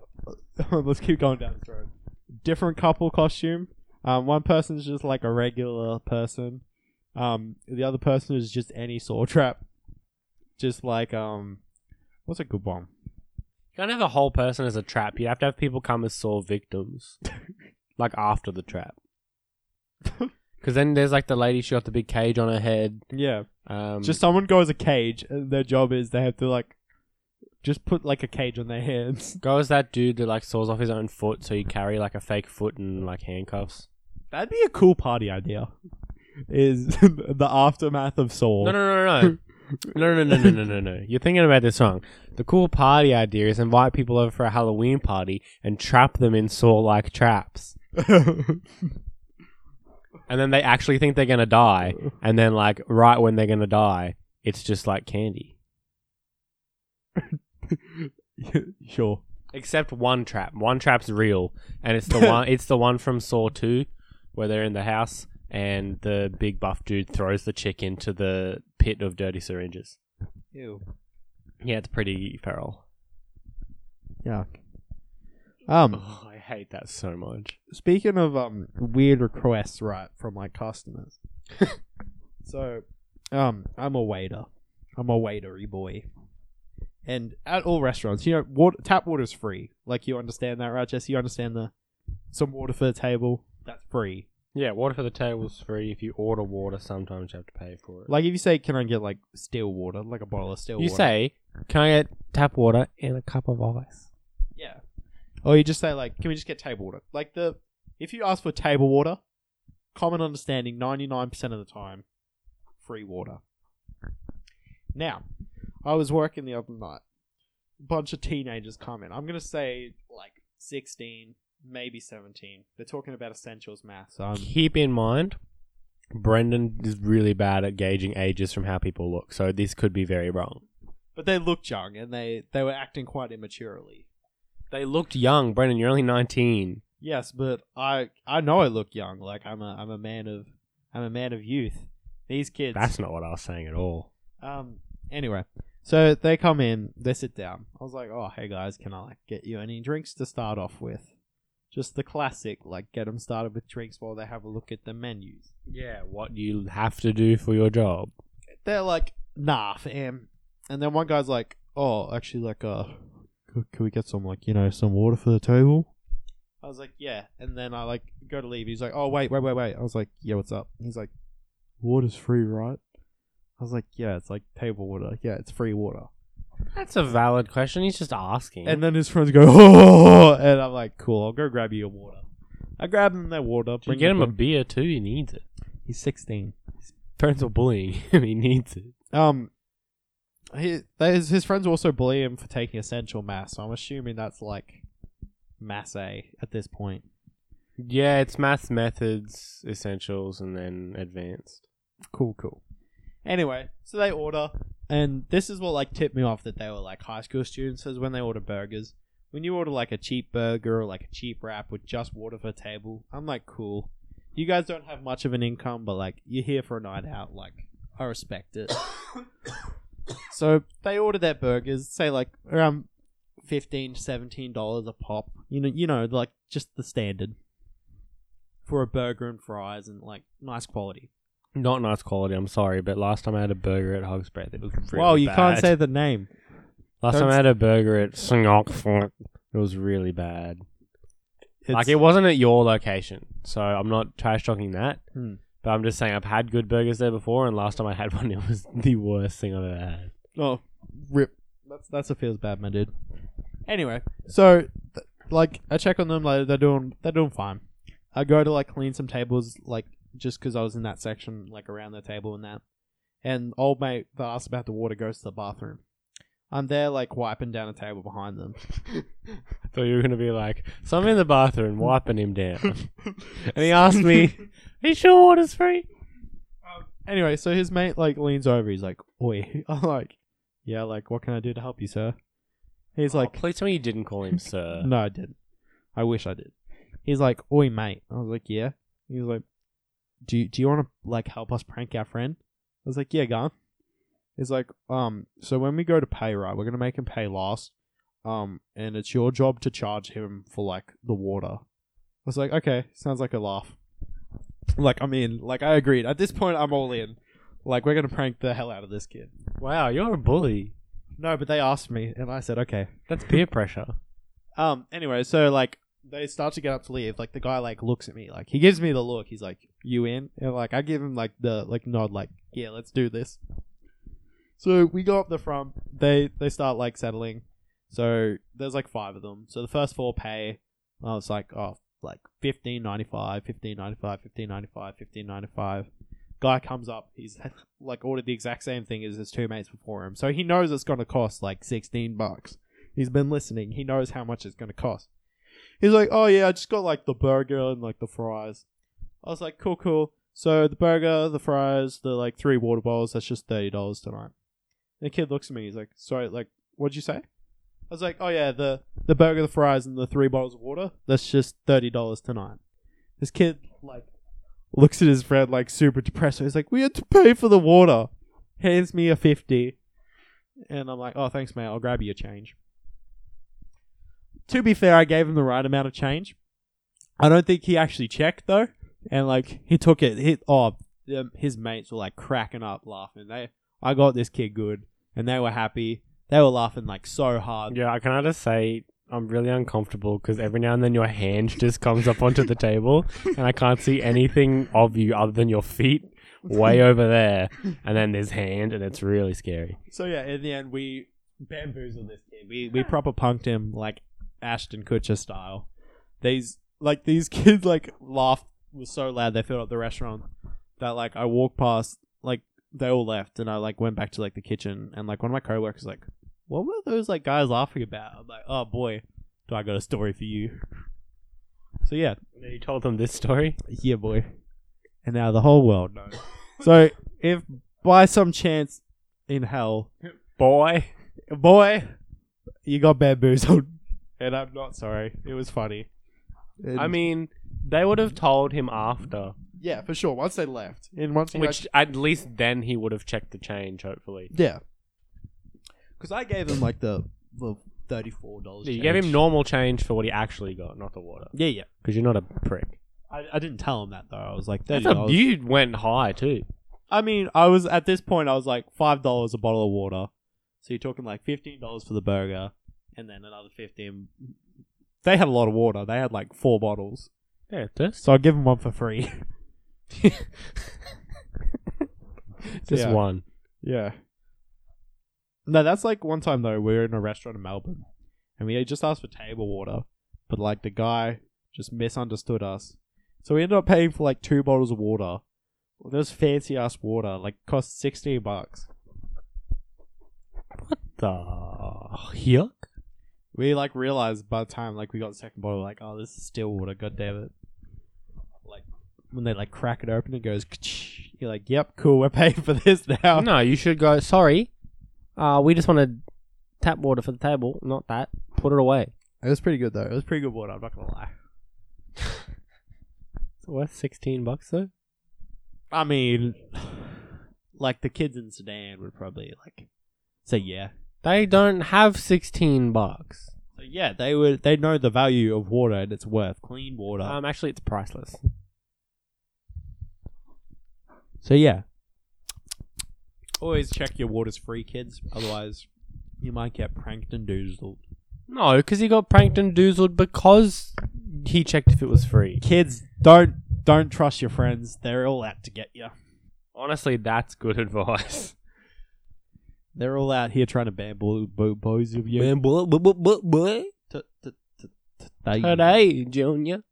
[SPEAKER 2] what? Let's keep going down this road. Different couple costume. Um, one person's just like a regular person. Um, the other person is just any saw trap. Just like um, what's a good one?
[SPEAKER 1] You can't have a whole person as a trap. You have to have people come as sore victims, like after the trap. Because then there's like the lady she got the big cage on her head.
[SPEAKER 2] Yeah,
[SPEAKER 1] Um,
[SPEAKER 2] just someone goes a cage. And their job is they have to like, just put like a cage on their hands.
[SPEAKER 1] go as that dude that like saws off his own foot, so you carry like a fake foot and like handcuffs.
[SPEAKER 2] That'd be a cool party idea. Is the aftermath of Saw?
[SPEAKER 1] No, no, no, no. No, no, no, no, no, no, no. You're thinking about this wrong. The cool party idea is invite people over for a Halloween party and trap them in saw-like traps, and then they actually think they're gonna die, and then like right when they're gonna die, it's just like candy.
[SPEAKER 2] sure.
[SPEAKER 1] Except one trap. One trap's real, and it's the one. It's the one from Saw Two, where they're in the house and the big buff dude throws the chick into the pit of dirty syringes.
[SPEAKER 4] Ew.
[SPEAKER 1] Yeah, it's pretty feral.
[SPEAKER 2] Yuck. Um,
[SPEAKER 1] Oh, I hate that so much.
[SPEAKER 2] speaking of um weird requests, right, from like customers. so, um, I'm a waiter. I'm a waitery boy. And at all restaurants, you know, water, tap water's free. Like you understand that, right, Jesse? You understand the some water for the table that's free.
[SPEAKER 1] Yeah, water for the table's free. If you order water, sometimes you have to pay for it.
[SPEAKER 2] Like if you say, "Can I get like still water, like a bottle of still
[SPEAKER 1] you
[SPEAKER 2] water?"
[SPEAKER 1] say, "Can I get tap water and a cup of ice?"
[SPEAKER 2] Yeah. Or Oh, you just say like, can we just get table water? Like the if you ask for table water, common understanding ninety nine percent of the time, free water. Now, I was working the other night. Bunch of teenagers come in. I'm gonna say like sixteen, maybe seventeen. They're talking about essentials Um, math. So I'm
[SPEAKER 1] Keep in mind, Brendan is really bad at gauging ages from how people look, so this could be very wrong.
[SPEAKER 2] but they looked young and they they were acting quite immaturely.
[SPEAKER 1] They looked young, Brendan. You're only 19.
[SPEAKER 2] Yes, but I I know I look young. Like I'm a I'm a man of I'm a man of youth. These kids
[SPEAKER 1] That's not what I was saying at all.
[SPEAKER 2] Um. Anyway, so they come in, they sit down. I was like, "Oh, hey guys, can I like get you any drinks to start off with?" Just the classic, like get them started with drinks while they have a look at the menus.
[SPEAKER 1] Yeah, what you have to do for your job.
[SPEAKER 2] They're like, "Nah, fam," and then one guy's like, "Oh, actually, like, uh, c- can we get some like you know some water for the table?" I was like, "Yeah," and then I like go to leave. He's like, "Oh, wait, wait, wait, wait." I was like, "Yeah, what's up?" He's like, "Water's free, right?" I was like, "Yeah, it's like table water. Yeah, it's free water."
[SPEAKER 1] That's a valid question. He's just asking.
[SPEAKER 2] And then his friends go, oh, and I'm like, cool, I'll go grab you a water. I grab him their water.
[SPEAKER 1] you
[SPEAKER 2] Bring
[SPEAKER 1] get him a
[SPEAKER 2] back.
[SPEAKER 1] beer too. He needs it.
[SPEAKER 2] He's 16.
[SPEAKER 1] Parents are bullying him. He needs it.
[SPEAKER 2] Um, he, they- his, his friends also bully him for taking essential math, so I'm assuming that's like Massé at this point.
[SPEAKER 1] Yeah, it's math methods, essentials, and then advanced.
[SPEAKER 2] Cool, cool. Anyway, so they order, and this is what like tipped me off that they were like high school students. Is when they order burgers. When you order like a cheap burger or like a cheap wrap with just water for a table, I'm like, cool. You guys don't have much of an income, but like you're here for a night out. Like I respect it. so they order their burgers, say like around 15 17 dollars a pop. You know, you know, like just the standard for a burger and fries and like nice quality.
[SPEAKER 1] Not nice quality. I'm sorry, but last time I had a burger at Hogs Breath, it was really
[SPEAKER 2] Wow, you can't
[SPEAKER 1] bad.
[SPEAKER 2] say the name.
[SPEAKER 1] Last
[SPEAKER 2] don't
[SPEAKER 1] time I
[SPEAKER 2] s-
[SPEAKER 1] had a burger at Singapore, it was really bad.
[SPEAKER 2] It's,
[SPEAKER 1] Like it wasn't at your location, so I'm not trash talking that.
[SPEAKER 2] Hmm.
[SPEAKER 1] But I'm just saying I've had good burgers there before, and last time I had one, it was the worst thing I've ever had.
[SPEAKER 2] oh, rip. That's that's a feels bad, my dude. Anyway,
[SPEAKER 4] So
[SPEAKER 2] like I check on them later. They're doing they're doing fine. I go to like clean some tables, like just because I was in that section, like around the table and that. And old mate that asked about the water goes to the bathroom. I'm there like wiping down a table behind them.
[SPEAKER 1] I thought you were gonna be like, so I'm in the bathroom wiping him down, and he asked me, "Are you sure water's free?"
[SPEAKER 2] Anyway, so his mate like leans over. He's like, "Oi!" I'm like, "Yeah, like what can I do to help you, sir?" He's like,
[SPEAKER 1] oh, please tell me you didn't call him sir.
[SPEAKER 2] No, I didn't. I wish I did. He's like, "Oi, mate." I was like, "Yeah." He was like, "Do you, do you want to like help us prank our friend?" I was like, "Yeah, go." on." He's like, "Um, so when we go to pay, right, we're gonna make him pay last, um, and it's your job to charge him for like the water." I was like, "Okay, sounds like a laugh." Like I'm in. Like I agreed. At this point, I'm all in. Like we're gonna prank the hell out of this kid.
[SPEAKER 1] Wow, you're a bully.
[SPEAKER 2] No, but they asked me, and I said, "Okay."
[SPEAKER 1] That's peer pressure.
[SPEAKER 2] Um. Anyway, so like they start to get up to leave. Like the guy like looks at me. Like he gives me the look. He's like, "You in?" And like I give him like the like nod. Like, "Yeah, let's do this." So we go up the front. They they start like settling. So there's like five of them. So the first four pay. I was like, oh, like fifteen ninety five, fifteen ninety five, fifteen ninety five, fifteen ninety five. Guy comes up. He's like ordered the exact same thing as his two mates before him. So he knows it's gonna cost like sixteen bucks. He's been listening. He knows how much it's going to cost. He's like, oh yeah, I just got like the burger and like the fries. I was like, cool, cool. So the burger, the fries, the like three water bottles. That's just thirty dollars tonight. The kid looks at me. He's like, sorry, like, what'd you say? I was like, oh yeah, the the burger, the fries, and the three bottles of water. That's just thirty dollars tonight. This kid like looks at his friend like super depressed. He's like, we had to pay for the water. Hands me a fifty, and I'm like, oh thanks, mate. I'll grab you a change to be fair, I gave him the right amount of change. I don't think he actually checked though, and like he took it. He, oh, um, his mates were like cracking up laughing. They, I got this kid good, and they were happy. They were laughing like so hard.
[SPEAKER 1] Yeah, can I just say I'm really uncomfortable because every now and then your hand just comes up onto the table and I can't see anything of you other than your feet way over there, and then there's hand, and it's really scary.
[SPEAKER 2] So yeah, in the end, we bamboozled this kid. We we proper punked him like Ashton Kutcher style. These like these kids like laughed was so loud they filled up the restaurant that like I walked past like they all left and I like went back to like the kitchen and like one of my coworkers like what were those like guys laughing about? I'm like oh boy, do I got a story for you? So yeah,
[SPEAKER 1] And then you told them this story.
[SPEAKER 2] yeah, boy. And now the whole world knows. so if by some chance in hell
[SPEAKER 1] Boy,
[SPEAKER 2] boy, you got bamboozled. And I'm not sorry. It was funny.
[SPEAKER 1] I mean, they would have told him after,
[SPEAKER 4] yeah, for sure. Once they left, and once he
[SPEAKER 1] which at least then he would have checked the change. Hopefully,
[SPEAKER 4] actually- yeah,
[SPEAKER 2] Because I gave him like the, the $34.
[SPEAKER 1] you gave him normal change for what he actually got, not the water,
[SPEAKER 2] Yeah, yeah.
[SPEAKER 1] because you're not a prick.
[SPEAKER 2] I, I didn't tell him that though. I was like,
[SPEAKER 1] That's
[SPEAKER 2] $30.
[SPEAKER 1] a, you went high too.
[SPEAKER 2] I mean, I was at this point, I was like, $5 a bottle of water. So you're talking like $15 for the burger and then another 15 They had a lot of water. They had like four bottles.
[SPEAKER 1] Yeah, this
[SPEAKER 2] So I'll give him one for free.
[SPEAKER 1] just
[SPEAKER 2] Yeah.
[SPEAKER 1] one.
[SPEAKER 2] Yeah. No, that's like one time though, we were in a restaurant in Melbourne and we had just asked for table water, but like the guy just misunderstood us. So we ended up paying for like two bottles of water. This fancy ass water, like cost sixteen bucks.
[SPEAKER 1] The yuck.
[SPEAKER 2] We like realized by the time like we got the second bottle, like, oh, this is still water. God damn it! Like when they like crack it open, it goes. You're like, yep, cool. We're paying for this now.
[SPEAKER 1] No, you should go. Sorry, uh, we just wanted tap water for the table, not that. Put it away.
[SPEAKER 4] It was pretty good though.
[SPEAKER 2] It was pretty good water. I'm not gonna lie.
[SPEAKER 1] It's worth sixteen bucks though.
[SPEAKER 2] I mean, like the kids in Sudan would probably like say yeah.
[SPEAKER 1] They don't have sixteen bucks.
[SPEAKER 2] So yeah, they would. They know the value of water and its worth. Clean water.
[SPEAKER 1] Um, actually, it's priceless.
[SPEAKER 2] so yeah, always check your water's free, kids. Otherwise, you might get pranked and doozled.
[SPEAKER 1] No, because he got pranked and doozled because he checked if it was free.
[SPEAKER 2] Kids, don't don't trust your friends. They're all out to get you.
[SPEAKER 1] Honestly, that's good advice.
[SPEAKER 2] They're all out here trying to bamboozle bo- boys of you.
[SPEAKER 1] boy, boy, boy, boy.
[SPEAKER 2] T- t- t- t- they-
[SPEAKER 1] Today, Junior.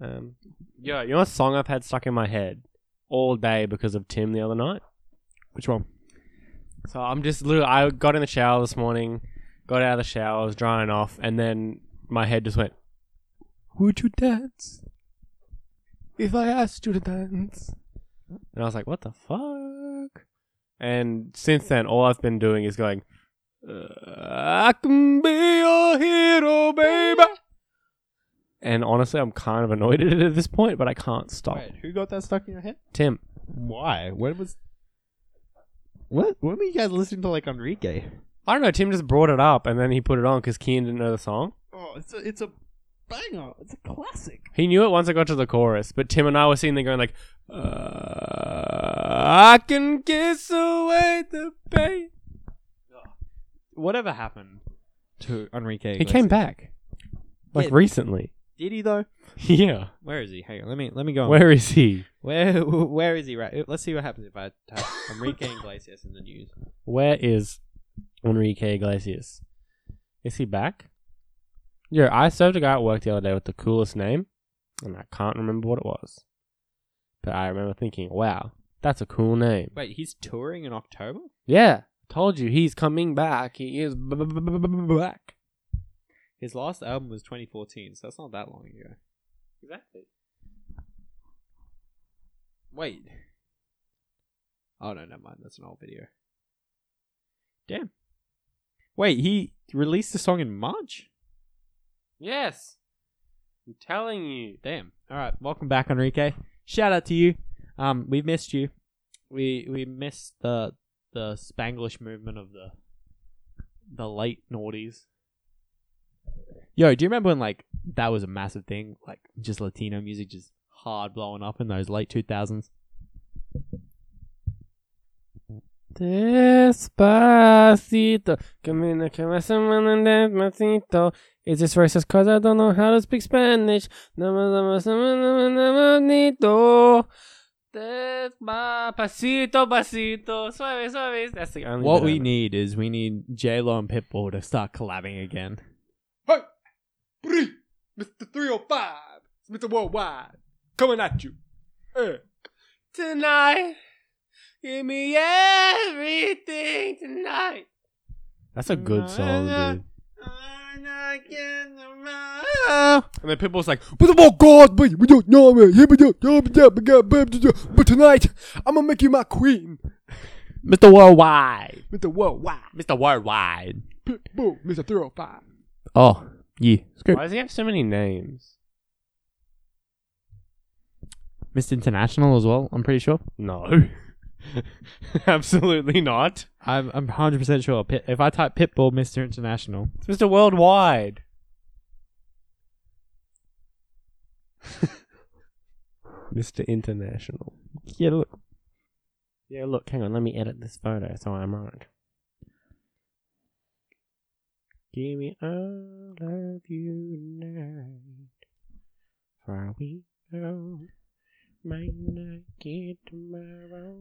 [SPEAKER 1] Um, yo, you know what song I've had stuck in my head all day because of Tim the other night?
[SPEAKER 2] Which one?
[SPEAKER 1] So I'm just literally, I got in the shower this morning, got out of the shower, was drying off, and then my head just went, Would you dance? If I asked you to dance. And I was like, What the fuck? And since then, all I've been doing is going, "Uh, I can be your hero, baby. And honestly, I'm kind of annoyed at it at this point, but I can't stop.
[SPEAKER 4] Wait, who got that stuck in your head?
[SPEAKER 1] Tim,
[SPEAKER 4] Why? When was? What? When were you guys listening to like Enrique?
[SPEAKER 1] I don't know. Tim just brought it up, and then he put it on because Keen didn't know the song.
[SPEAKER 4] Oh, it's a it's a banger. It's a classic.
[SPEAKER 1] He knew it once I got to the chorus, but Tim and I were sitting there going like, uh, "I can kiss away the pain."
[SPEAKER 2] Whatever happened to Enrique?
[SPEAKER 1] He came back, like
[SPEAKER 2] Yeah.
[SPEAKER 1] recently.
[SPEAKER 2] Did he though?
[SPEAKER 1] Yeah,
[SPEAKER 2] Where is he? Hang on. Let me let me go. on.
[SPEAKER 1] where is he?
[SPEAKER 2] Where where is he right? Let's see what happens if I type Enrique Iglesias in the news.
[SPEAKER 1] Where is Enrique Iglesias? Is he back? Yeah, I served a guy at work the other day with the coolest name, and I can't remember what it was, but I remember thinking, "Wow, that's a cool name."
[SPEAKER 2] Wait, he's touring in October.
[SPEAKER 1] Yeah, told you he's coming back. He is b- b- b- b- b- back.
[SPEAKER 2] His last album was 2014, so that's not that long ago. Exactly. Wait. Oh no, never mind. That's an old video. Damn. Wait, he released the song in March.
[SPEAKER 1] Yes. I'm telling you.
[SPEAKER 2] Damn. All right, welcome back, Enrique. Shout out to you. Um, we've missed you. We we missed the the Spanglish movement of the the late noughties. Yo, do you remember when like that was a massive thing? Like just Latino music just hard blowing up in those late two thousands.
[SPEAKER 1] Despacito. Camina que me suman en despacito. Is this racist? Cause I don't know how to speak Spanish. Nama, nama, sama, nama, nama, nito. Despacito, pasito. Suave, suave. ah, That's the only
[SPEAKER 2] What
[SPEAKER 1] bit I
[SPEAKER 2] we
[SPEAKER 1] know.
[SPEAKER 2] need is we need J Lo and Pitbull to start collabing again.
[SPEAKER 4] Hey, Bree, Mr. Three Hundred Five, Mr. Worldwide, coming at you.
[SPEAKER 1] Tonight. Give me everything tonight. That's a good song, dude. And then Pitbull's like,
[SPEAKER 4] But of all Oh God, but you don't know me. You don't know me. yeah, but yeah, but yeah, But tonight, I'm gonna make you my queen.
[SPEAKER 1] Mr. Worldwide.
[SPEAKER 4] Mr. Worldwide,
[SPEAKER 1] Mr. Worldwide.
[SPEAKER 4] Pitbull, Mr. 305.
[SPEAKER 2] Oh, yeah.
[SPEAKER 1] Why does he have so many names?
[SPEAKER 2] Missed International as well. I'm pretty sure.
[SPEAKER 1] No. Absolutely not.
[SPEAKER 2] I'm I'm 100 percent sure. Pit, if I type Pitbull Mr. International,
[SPEAKER 1] It's Mr. Worldwide. Mr. International.
[SPEAKER 2] yeah, look,
[SPEAKER 1] Yeah, look, hang on, let me edit this photo so I'm right. Give me all of you tonight, for we know might not get tomorrow.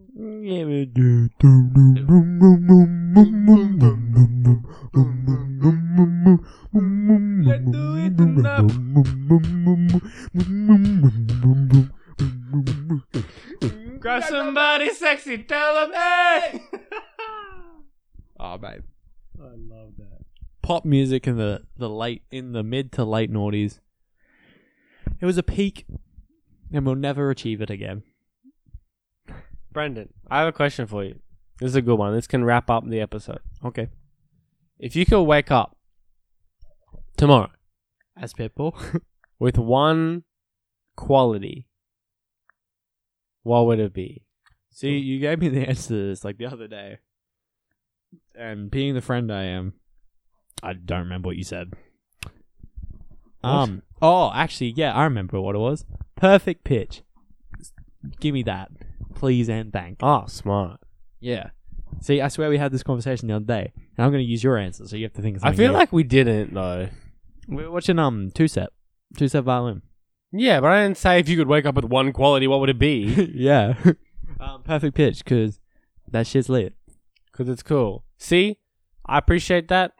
[SPEAKER 1] Grab somebody sexy, tell them hey!
[SPEAKER 2] oh babe,
[SPEAKER 1] I love that.
[SPEAKER 2] pop music in the, the late in the mid to late noughties. It was a peak and we'll never achieve it again.
[SPEAKER 1] Brendan, I have a question for you. This is a good one. This can wrap up the episode.
[SPEAKER 2] Okay.
[SPEAKER 1] If you could wake up tomorrow
[SPEAKER 2] As Pitbull.
[SPEAKER 1] with one quality, what would it be?
[SPEAKER 2] See, you gave me the answer to this like the other day. And being the friend I am, I don't remember what you said. Um. Oh, actually, yeah, I remember what it was. Perfect pitch. Give me that, please and thank.
[SPEAKER 1] Oh, smart.
[SPEAKER 2] Yeah. See, I swear we had this conversation the other day, and I'm going to use your answer, so you have to think. Of
[SPEAKER 1] I
[SPEAKER 2] something
[SPEAKER 1] feel
[SPEAKER 2] new.
[SPEAKER 1] like we didn't though.
[SPEAKER 2] we're watching um two set, two set violin.
[SPEAKER 1] Yeah, but I didn't say if you could wake up with one quality, what would it be?
[SPEAKER 2] yeah. um, perfect pitch because that shit's lit.
[SPEAKER 1] Because it's cool. See, I appreciate that,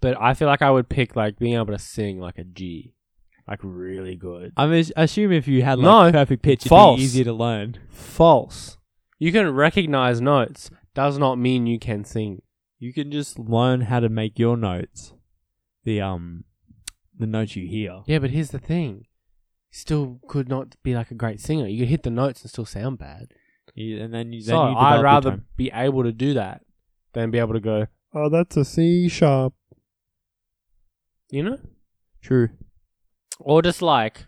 [SPEAKER 1] but I feel like I would pick like being able to sing like a G, like really good.
[SPEAKER 2] I mean, assume if you had
[SPEAKER 1] No.
[SPEAKER 2] like perfect pitch, it'd
[SPEAKER 1] False.
[SPEAKER 2] be easier to learn.
[SPEAKER 1] False. You can recognize notes does not mean you can sing.
[SPEAKER 2] You can just learn how to make your notes, the um, the notes you hear.
[SPEAKER 1] Yeah, but here's the thing. You still could not be like a great singer. You could hit the notes and still sound bad.
[SPEAKER 2] You- and then you. Then
[SPEAKER 1] so
[SPEAKER 2] you
[SPEAKER 1] I'd
[SPEAKER 2] develop your
[SPEAKER 1] rather
[SPEAKER 2] tone.
[SPEAKER 1] be able to do that than be able to go,
[SPEAKER 4] Oh, that's a C sharp.
[SPEAKER 1] you know?
[SPEAKER 2] True.
[SPEAKER 1] Or just like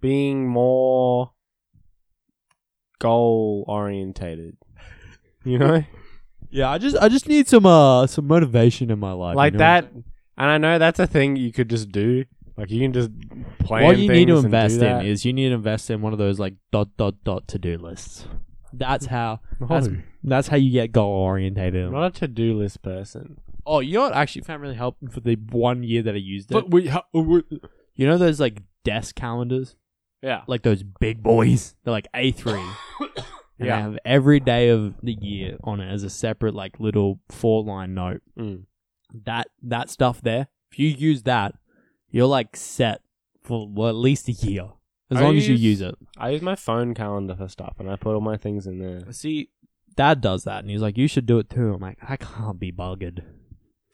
[SPEAKER 1] being more goal orientated. You know?
[SPEAKER 2] Yeah, I just I just need some uh some motivation in my life.
[SPEAKER 1] like
[SPEAKER 2] you know?
[SPEAKER 1] that. And I know that's a thing you could just do. Like you can just plan
[SPEAKER 2] What you need to
[SPEAKER 1] things and do
[SPEAKER 2] invest in
[SPEAKER 1] that.
[SPEAKER 2] is you need to invest in one of those like dot dot dot to do lists. That's how that's,
[SPEAKER 1] No.
[SPEAKER 2] that's how you get goal orientated.
[SPEAKER 1] I'm not a to-do list person.
[SPEAKER 2] Oh, you know what actually found really helpful for the one year that I used it.
[SPEAKER 1] we, ha- we
[SPEAKER 2] you know those like desk calendars,
[SPEAKER 1] yeah.
[SPEAKER 2] like those big boys. They're like A three. And
[SPEAKER 1] Yeah.
[SPEAKER 2] I have every day of the year on it as a separate like little four line note.
[SPEAKER 1] Mm.
[SPEAKER 2] That that stuff there, if you use that, you're like set for well, at least a year. As
[SPEAKER 1] I
[SPEAKER 2] long as you
[SPEAKER 1] use-
[SPEAKER 2] use it.
[SPEAKER 1] I use my phone calendar for stuff, and I put all my things in there.
[SPEAKER 2] See, Dad does that, and he's like, "You should do it too." I'm like, "I can't be buggered."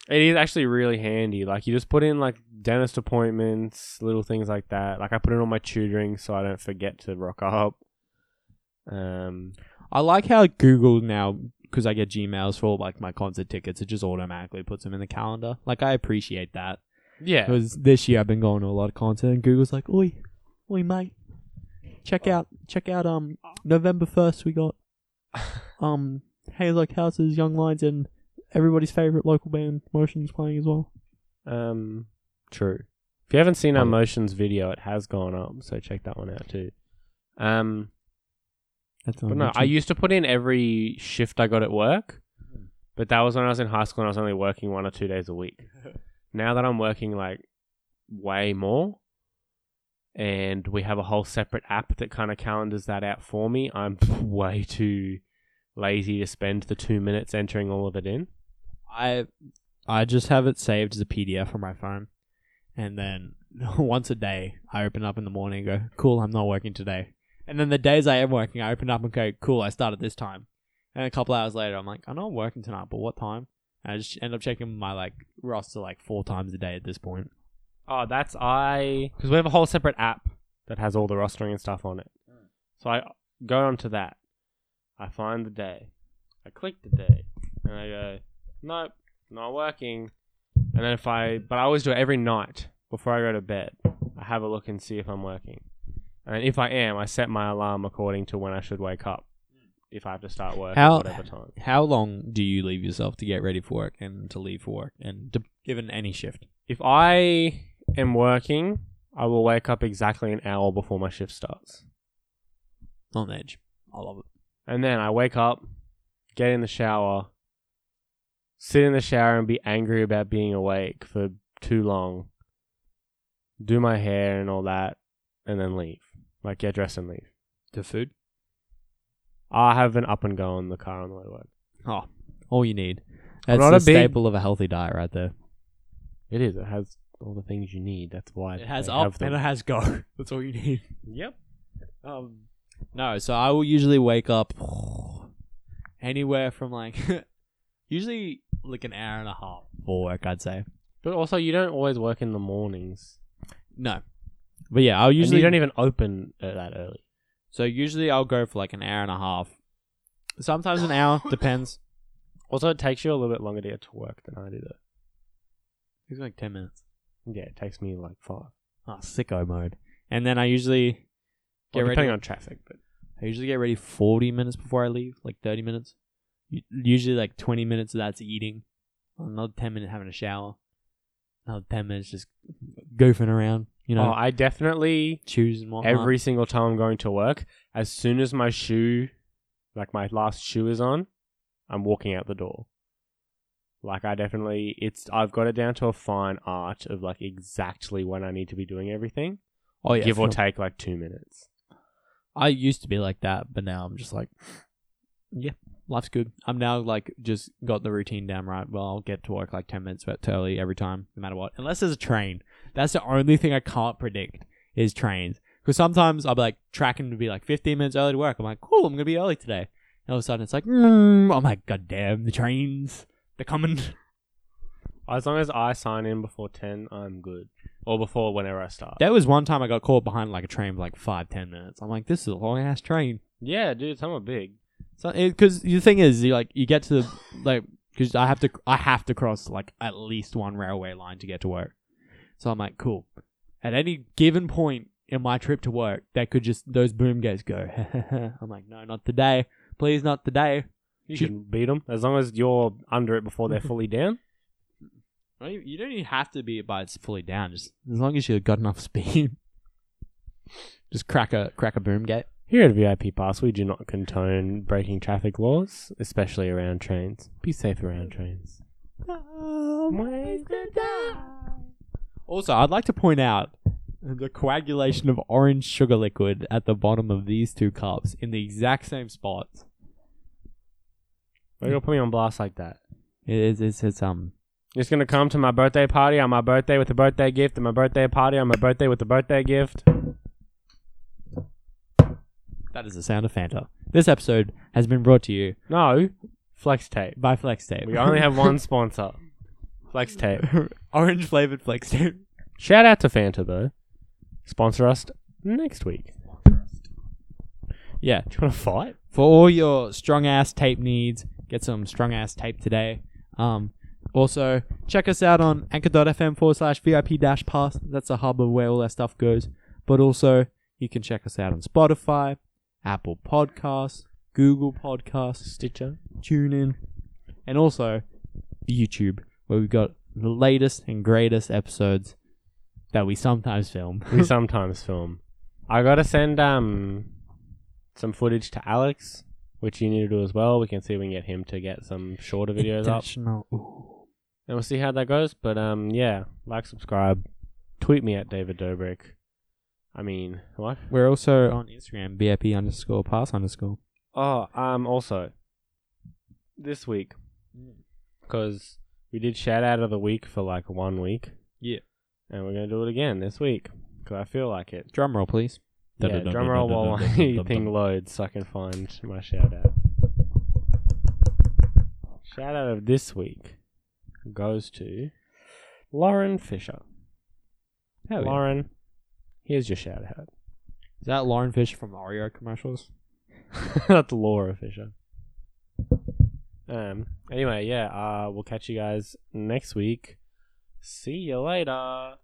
[SPEAKER 1] It is actually really handy. Like you just put in like dentist appointments, little things like that. Like I put in all my tutoring so I don't forget to rock up. Um,
[SPEAKER 2] I like how Google now, because I get Gmails for like my concert tickets, it just automatically puts them in the calendar. Like I appreciate that
[SPEAKER 1] yeah,
[SPEAKER 2] because this year I've been going to a lot of concerts, and Google's like, "Oi, oi, mate, check out, check out." Um, November first, we got um Haylock Houses, Young Lions, and everybody's favorite local band Motion's playing as well.
[SPEAKER 1] um, true. If you haven't seen our
[SPEAKER 2] Oh.
[SPEAKER 1] motions video, it has gone up, so check that one out too. Um,
[SPEAKER 2] That's
[SPEAKER 1] But no, I used to put in every shift I got at work, but that was when I was in high school and I was only working one or two days a week. now that I'm working like way more, and we have a whole separate app that kind of calendars that out for me, I'm way too lazy to spend the two minutes entering all of it in.
[SPEAKER 2] I I just have it saved as a PDF on my phone, and then once a day I open up in the morning and go, "Cool, I'm not working today." And then the days I am working, I open up and go, "Cool, I started this time." And a couple hours later, I'm like, "I know I'm working tonight, but what time?" And I just end up checking my like roster like four times a day at this point.
[SPEAKER 1] Oh, that's I because we have a whole separate app that has all the rostering and stuff on it. So I go onto that. I find the day. I click the day, and I go, nope, not working. And then if I, but I always do it every night before I go to bed. I have a look and see if I'm working. And if I am, I set my alarm according to when I should wake up. If I have to start work,
[SPEAKER 2] How-
[SPEAKER 1] at whatever time.
[SPEAKER 2] How long do you leave yourself to get ready for work and to leave for work and to, given any shift?
[SPEAKER 1] If I am working, I will wake up exactly an hour before my shift starts.
[SPEAKER 2] On edge, I love it.
[SPEAKER 1] And then I wake up, get in the shower, sit in the shower and be angry about being awake for too long, do my hair and all that, and then leave. Like, get dressed and leave.
[SPEAKER 2] To food.
[SPEAKER 1] I have an up and go in the car on the way to work.
[SPEAKER 2] Oh, all you need.
[SPEAKER 1] I'm
[SPEAKER 2] That's
[SPEAKER 1] not
[SPEAKER 2] the
[SPEAKER 1] a big-
[SPEAKER 2] staple of a healthy diet, right there.
[SPEAKER 1] It is. It has all the things you need. That's why
[SPEAKER 2] It has
[SPEAKER 1] they have
[SPEAKER 2] up
[SPEAKER 1] them.
[SPEAKER 2] and it has go. That's all you need.
[SPEAKER 1] Yep.
[SPEAKER 2] Um, no, so I will usually wake up anywhere from like Usually like an hour and a half for work, I'd say.
[SPEAKER 1] But also, you don't always work in the mornings.
[SPEAKER 2] No. But yeah, I'll
[SPEAKER 1] Usually,
[SPEAKER 2] usually
[SPEAKER 1] you don't even open uh, that early.
[SPEAKER 2] So usually I'll go for like an hour and a half. Sometimes an hour, depends.
[SPEAKER 1] Also, it takes you a little bit longer to get to work than I do. Though.
[SPEAKER 2] It's like ten minutes.
[SPEAKER 1] Yeah, it takes me like five.
[SPEAKER 2] Oh, sicko mode. And then I usually get
[SPEAKER 1] Well,
[SPEAKER 2] ready.
[SPEAKER 1] depending on traffic, but
[SPEAKER 2] I usually get ready forty minutes before I leave, like thirty minutes. U- Usually like twenty minutes of that's eating. Another ten minutes having a shower. Another ten minutes just goofing around. You know, Uh-huh.
[SPEAKER 1] oh, I definitely
[SPEAKER 2] choosing what
[SPEAKER 1] every single time I'm going to work, as soon as my shoe, like my last shoe is on, I'm walking out the door. Like I definitely, it's I've got it down to a fine art of like exactly when I need to be doing everything,
[SPEAKER 2] oh yeah,
[SPEAKER 1] give or
[SPEAKER 2] for-
[SPEAKER 1] take like two minutes.
[SPEAKER 2] I used to be like that, but now I'm just like, yeah, life's good. I'm now like just got the routine down right. Well, I'll get to work like ten minutes but early every time, no matter what. Unless there's a train, that's the only thing I can't predict is trains. Because sometimes I'll be like tracking to be like 15 minutes early to work. I'm like, cool, I'm gonna be early today. And all of a sudden it's like, mm, I'm like, god damn, the trains, they're coming.
[SPEAKER 1] As long as I sign in before ten, I'm good, or before whenever I start.
[SPEAKER 2] There was one time I got caught behind like a train for like five, ten minutes. I'm like, this is a long ass train.
[SPEAKER 1] yeah, dude, some are big.
[SPEAKER 2] So, because the thing is, you like you get to the like because I have to I have to cross like at least one railway line to get to work. So I'm like, cool. At any given point in my trip to work, that could just those boom gates go. I'm like, no, not today. Please, not today.
[SPEAKER 1] You
[SPEAKER 2] Ju-
[SPEAKER 1] can beat them as long as you're under it before they're fully down.
[SPEAKER 2] Not even- You don't even have to be by it's fully down. Just as long as you've got enough speed, just crack a crack a boom gate.
[SPEAKER 1] Here at VIP Pass, we do not condone breaking traffic laws, especially around trains. Be safe around trains.
[SPEAKER 2] Oh Also, I'd like to point out the coagulation of orange sugar liquid at the bottom of these two cups in the exact same spots.
[SPEAKER 1] Why you gonna put me on blast like that?
[SPEAKER 2] It is, it's, it's, um,
[SPEAKER 1] You're just gonna come to my birthday party on my birthday with a birthday gift, and my birthday party on my birthday with a birthday gift.
[SPEAKER 2] that is the sound of Fanta. This episode has been brought to you
[SPEAKER 1] No, flex tape.
[SPEAKER 2] by Flex Tape.
[SPEAKER 1] We only have one sponsor, flex tape.
[SPEAKER 2] orange flavored Flex Tape.
[SPEAKER 1] Shout out to Fanta though. Sponsor us next week.
[SPEAKER 2] Yeah.
[SPEAKER 1] Do you want to fight?
[SPEAKER 2] For all your strong ass tape needs, get some strong ass tape today. Um, also, check us out on anchor.fm forward slash VIP dash pass. That's the hub of where all that stuff goes. But also, you can check us out on Spotify, Apple Podcasts, Google Podcasts,
[SPEAKER 1] Stitcher.
[SPEAKER 2] TuneIn, and also YouTube, where we've got the latest and greatest episodes that we sometimes film.
[SPEAKER 1] we sometimes film. I gotta send um some footage to Alex, which you need to do as well. We can see if we can get him to get some shorter videos up,
[SPEAKER 2] Intentional- ooh.
[SPEAKER 1] and we'll see how that goes. But um, yeah, like, subscribe, tweet me at David Dobrik. I mean, what?
[SPEAKER 2] We're also on Instagram, VIP underscore pass underscore.
[SPEAKER 1] Oh, um, also this week because we did shout out of the week for like one week.
[SPEAKER 2] Yeah.
[SPEAKER 1] and we're gonna do it again this week because I feel like it.
[SPEAKER 2] Drum roll, please.
[SPEAKER 1] Yeah, drum roll while my thing loads so I can find my shout out. Shout out of this week goes to Lauren Fisher.
[SPEAKER 2] Hell yeah.
[SPEAKER 1] Lauren, here's your shout out.
[SPEAKER 2] Is that Lauren Fisher from Oreo commercials?
[SPEAKER 1] That's Laura Fisher. Um. Anyway, yeah. Uh, we'll catch you guys next week. See you later.